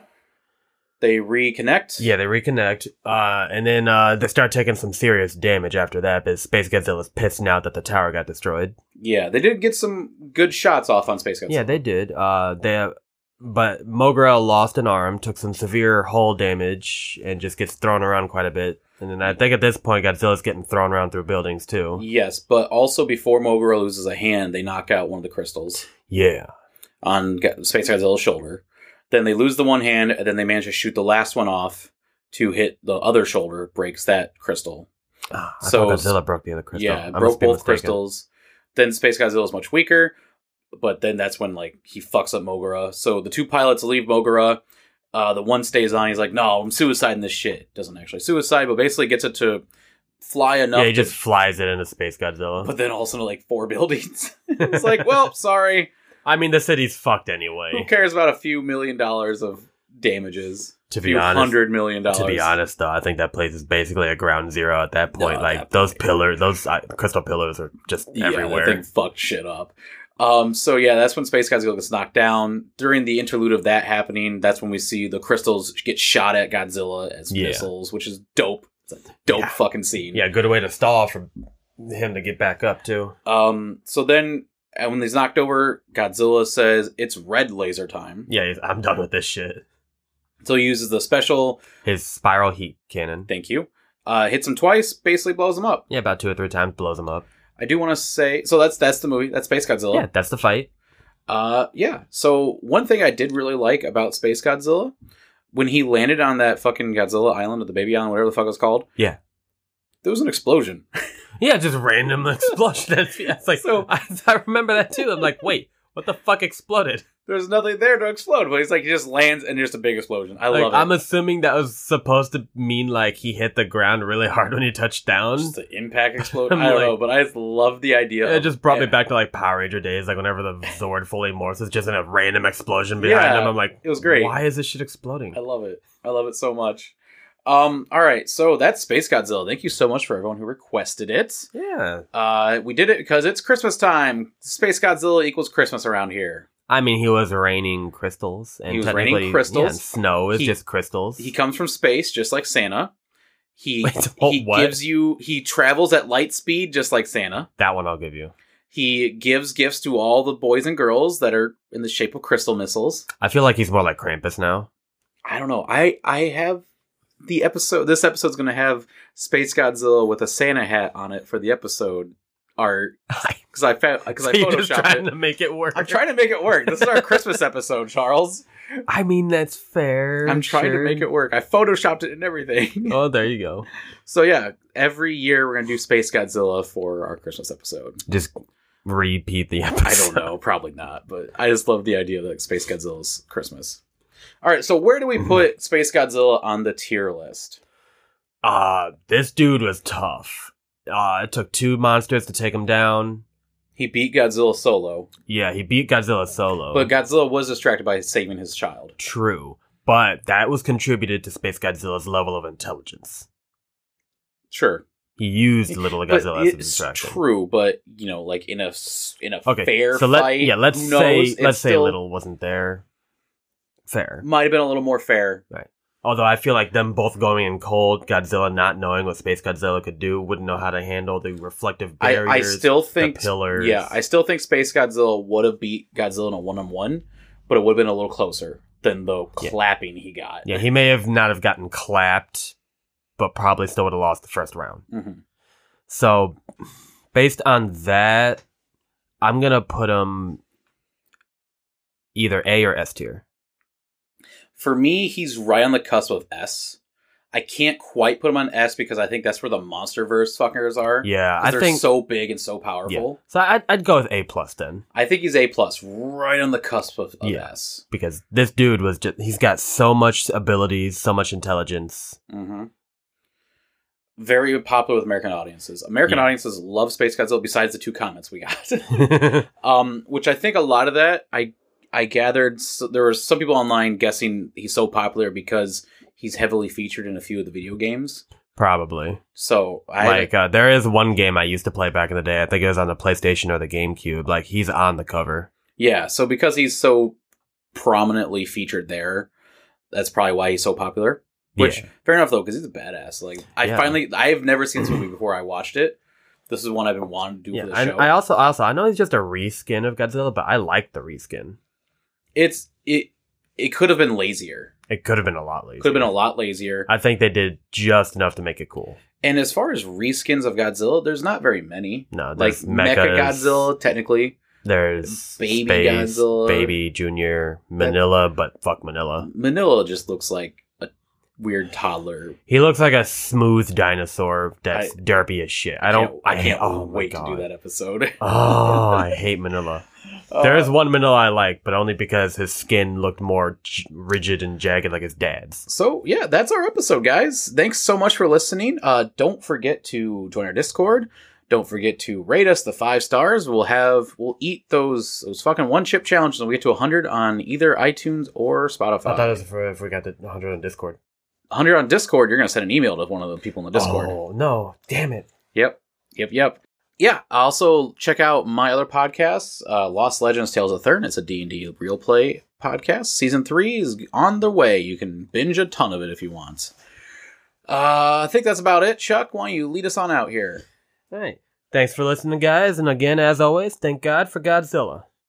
Speaker 1: they reconnect.
Speaker 3: Yeah, they reconnect, uh, and then uh, they start taking some serious damage after that. Because Space Godzilla's pissing out that the tower got destroyed.
Speaker 1: Yeah, they did get some good shots off on Space Godzilla.
Speaker 3: Yeah, they did. Uh, they, but Mogura lost an arm, took some severe hull damage, and just gets thrown around quite a bit. And then I think at this point, Godzilla's getting thrown around through buildings too.
Speaker 1: Yes, but also before Mogura loses a hand, they knock out one of the crystals
Speaker 3: Yeah,
Speaker 1: on Go- Space Godzilla's shoulder. Then they lose the one hand, and then they manage to shoot the last one off to hit the other shoulder, breaks that crystal.
Speaker 3: Ah, I
Speaker 1: So-
Speaker 3: thought Godzilla broke the other crystal.
Speaker 1: Yeah,
Speaker 3: I must
Speaker 1: broke
Speaker 3: be
Speaker 1: both
Speaker 3: mistaken.
Speaker 1: crystals. Then Space Godzilla is much weaker, but then that's when like he fucks up Mogura. So the two pilots leave Mogura. Uh, the one stays on. He's like, "No, I'm suiciding this shit." Doesn't actually suicide, but basically gets it to fly enough.
Speaker 3: Yeah, he
Speaker 1: to-
Speaker 3: just flies it into space, Godzilla.
Speaker 1: but then also into like four buildings. it's like, well, sorry.
Speaker 3: I mean, the city's fucked
Speaker 1: Who
Speaker 3: anyway.
Speaker 1: cares about a few million dollars of damages?
Speaker 3: To
Speaker 1: few
Speaker 3: be honest,
Speaker 1: hundred million dollars.
Speaker 3: to be honest though, I think that place is basically a ground zero at that point.
Speaker 1: at
Speaker 3: like
Speaker 1: that
Speaker 3: those
Speaker 1: point.
Speaker 3: pillars, those uh, crystal pillars are just everywhere.
Speaker 1: Yeah, that thing fucked shit up. Um, so yeah, that's when Space Godzilla gets knocked down. During the interlude of that happening, that's when we see the crystals get shot at Godzilla as
Speaker 3: Yeah.
Speaker 1: missiles, which is dope. It's a dope
Speaker 3: Yeah.
Speaker 1: fucking scene.
Speaker 3: yeah, good way to stall for him to get back up too.
Speaker 1: Um, so then and when he's knocked over, Godzilla says it's red laser time.
Speaker 3: Yeah, he's- I'm done with this shit.
Speaker 1: So he uses the special.
Speaker 3: His spiral heat cannon.
Speaker 1: Thank you. Uh, hits him twice, basically blows him up.
Speaker 3: Yeah, about two or three times blows him up.
Speaker 1: I do want to say so that's that's the movie. That's Space Godzilla.
Speaker 3: Yeah, that's the fight.
Speaker 1: Uh, yeah. So one thing I did really like about Space Godzilla when he landed on that fucking Godzilla Island or the Baby Island, whatever the fuck it was called.
Speaker 3: Yeah.
Speaker 1: There was an explosion.
Speaker 3: Yeah, just random explosion. That's, yeah, it's like
Speaker 1: So-
Speaker 3: I, I remember that too. I'm like, wait, what the fuck exploded?
Speaker 1: There's nothing there to explode, but he's like he just lands and there's a big explosion. I
Speaker 3: Like,
Speaker 1: love it.
Speaker 3: I'm assuming that was supposed to mean like he hit the ground really hard when he touched down.
Speaker 1: just the impact explosion.
Speaker 3: I'm
Speaker 1: I don't
Speaker 3: like-
Speaker 1: know, but I just love the idea.
Speaker 3: It
Speaker 1: of-
Speaker 3: just brought me
Speaker 1: Yeah.
Speaker 3: back to like Power Ranger days, like whenever the Zord fully morphs, it's just in a random explosion behind
Speaker 1: Yeah,
Speaker 3: him. I'm like,
Speaker 1: it was great.
Speaker 3: Why is this shit exploding?
Speaker 1: I love it. I love it so much. Um, all right, so that's Space Godzilla. Thank you so much for everyone who requested it.
Speaker 3: Yeah,
Speaker 1: Uh, we did it because it's Christmas time. Space Godzilla equals Christmas around here.
Speaker 3: I mean, he was raining crystals, and
Speaker 1: He was raining
Speaker 3: technically,
Speaker 1: crystals.
Speaker 3: yeah, and snow is
Speaker 1: He-
Speaker 3: just crystals.
Speaker 1: He comes from space, just like Santa. He
Speaker 3: Wait, what-
Speaker 1: he
Speaker 3: what?
Speaker 1: gives you he travels at light speed, just like Santa.
Speaker 3: that one I'll give you.
Speaker 1: He gives gifts to all the boys and girls that are in the shape of crystal missiles.
Speaker 3: I feel like he's more like Krampus now.
Speaker 1: I don't know. I I have the episode. This episode's gonna have Space Godzilla with a Santa hat on it for the episode art because I because
Speaker 3: so
Speaker 1: I
Speaker 3: you're just
Speaker 1: photoshopped
Speaker 3: trying
Speaker 1: it.
Speaker 3: to make it work.
Speaker 1: I'm trying to make it work. This is our Christmas episode, Charles.
Speaker 3: I mean, that's fair.
Speaker 1: I'm trying to
Speaker 3: sure.
Speaker 1: make it work. I photoshopped it and everything.
Speaker 3: Oh, there you go.
Speaker 1: So yeah, every year we're gonna do Space Godzilla for our Christmas episode.
Speaker 3: Just repeat the episode.
Speaker 1: I don't know, probably not, but I just love the idea that like, Space Godzilla's Christmas. All right, so where do
Speaker 3: Mm-hmm.
Speaker 1: we put Space Godzilla on the tier list?
Speaker 3: Uh, this dude was tough. Uh, it took two monsters to take him down.
Speaker 1: He beat Godzilla solo,
Speaker 3: Yeah, he beat Godzilla solo.
Speaker 1: but Godzilla was distracted by saving his child.
Speaker 3: True. But that was contributed to Space Godzilla's level of intelligence.
Speaker 1: Sure,
Speaker 3: He used Little
Speaker 1: but
Speaker 3: Godzilla as a
Speaker 1: it's
Speaker 3: distraction.
Speaker 1: true, but you know, like in a s- in a
Speaker 3: Okay.
Speaker 1: fair
Speaker 3: so let,
Speaker 1: fight,
Speaker 3: yeah, let's
Speaker 1: who
Speaker 3: say
Speaker 1: knows? It's
Speaker 3: let's say
Speaker 1: still-
Speaker 3: Little wasn't there. Fair.
Speaker 1: might have been a little more fair.
Speaker 3: Although I feel like them both going in cold, Godzilla not knowing what Space Godzilla could do, wouldn't know how to handle the reflective
Speaker 1: I,
Speaker 3: barriers.
Speaker 1: I still think
Speaker 3: pillars.
Speaker 1: Yeah, I still think Space Godzilla would have beat Godzilla in a one on one, but it would have been a little closer than the
Speaker 3: Yeah.
Speaker 1: clapping he got.
Speaker 3: Yeah, he may have not have gotten clapped, but probably still would have lost the first round.
Speaker 1: Mhm.
Speaker 3: So, based on that, I'm gonna put him either A or S tier.
Speaker 1: For me, he's right on the cusp of S. I can't quite put him on S because I think that's where the MonsterVerse fuckers are.
Speaker 3: Yeah,
Speaker 1: 'Cause
Speaker 3: I
Speaker 1: they're
Speaker 3: think
Speaker 1: so big and so
Speaker 3: Yeah.
Speaker 1: powerful.
Speaker 3: So I'd, I'd go with A plus then
Speaker 1: I think he's A plus, right on the cusp of, of
Speaker 3: Yeah.
Speaker 1: S.
Speaker 3: because this dude was just—he's got so much abilities, so much intelligence.
Speaker 1: Mm-hmm. Very popular with American audiences. American
Speaker 3: Yeah.
Speaker 1: audiences love Space Godzilla. Besides the two comments we got.
Speaker 3: yeah,
Speaker 1: um, which I think a lot of that I I gathered so there were some people online guessing he's so popular because he's heavily featured in a few of the video games.
Speaker 3: probably.
Speaker 1: So I
Speaker 3: like uh, there is one game I used to play back in the day. I think it was on the PlayStation or the GameCube. Like he's on the cover.
Speaker 1: yeah, so because he's so prominently featured there, that's probably why he's so popular. Which
Speaker 3: Yeah.
Speaker 1: fair enough though, because he's a badass. Like I
Speaker 3: Yeah.
Speaker 1: finally I have never seen this movie before. I watched it. This is one I've been wanting to do
Speaker 3: Yeah,
Speaker 1: for the
Speaker 3: I,
Speaker 1: show.
Speaker 3: I also also I know he's just a reskin of Godzilla, but I like the reskin.
Speaker 1: it's it it could have been lazier.
Speaker 3: It could have been a lot later.
Speaker 1: Could have been a lot lazier.
Speaker 3: I think they did just enough to make it cool.
Speaker 1: and as far as reskins of Godzilla, there's not very many.
Speaker 3: No,
Speaker 1: like
Speaker 3: there's
Speaker 1: Mecha Godzilla, technically
Speaker 3: There's
Speaker 1: Baby
Speaker 3: Space,
Speaker 1: Godzilla.
Speaker 3: Baby Junior, Manila, but fuck Manila.
Speaker 1: Manila just looks like a weird toddler.
Speaker 3: He looks like a smooth dinosaur that's derpy as shit. I don't.
Speaker 1: I can't
Speaker 3: oh my
Speaker 1: wait to do
Speaker 3: God.
Speaker 1: that Uh, episode.
Speaker 3: Oh, I hate Manila. there is one Manila I like, but only because his skin looked more j- rigid and jagged like his dad's.
Speaker 1: So yeah, that's our episode, guys. Thanks so much for listening. Uh, don't forget to join our Discord. Don't forget to rate us the five stars. We'll have we'll eat those those fucking one chip challenges and we get to hundred on either iTunes or
Speaker 3: I thought it
Speaker 1: Spotify.
Speaker 3: was for if we got the 100 on Discord.
Speaker 1: Hundred on Discord, you're gonna send an email to one of the people in the Discord.
Speaker 3: Oh, no. Damn it.
Speaker 1: Yep. Yep. Yep. Yeah. Also check out my other podcasts, uh, Lost Legends Tales of Thurn. It's a D&D real play podcast. Season three is on the way. You can binge a ton of it if you want. Uh, I think that's about it. Chuck, why don't you lead us on out here?
Speaker 3: All right. Thanks for listening, guys. And again, as always, thank God for Godzilla.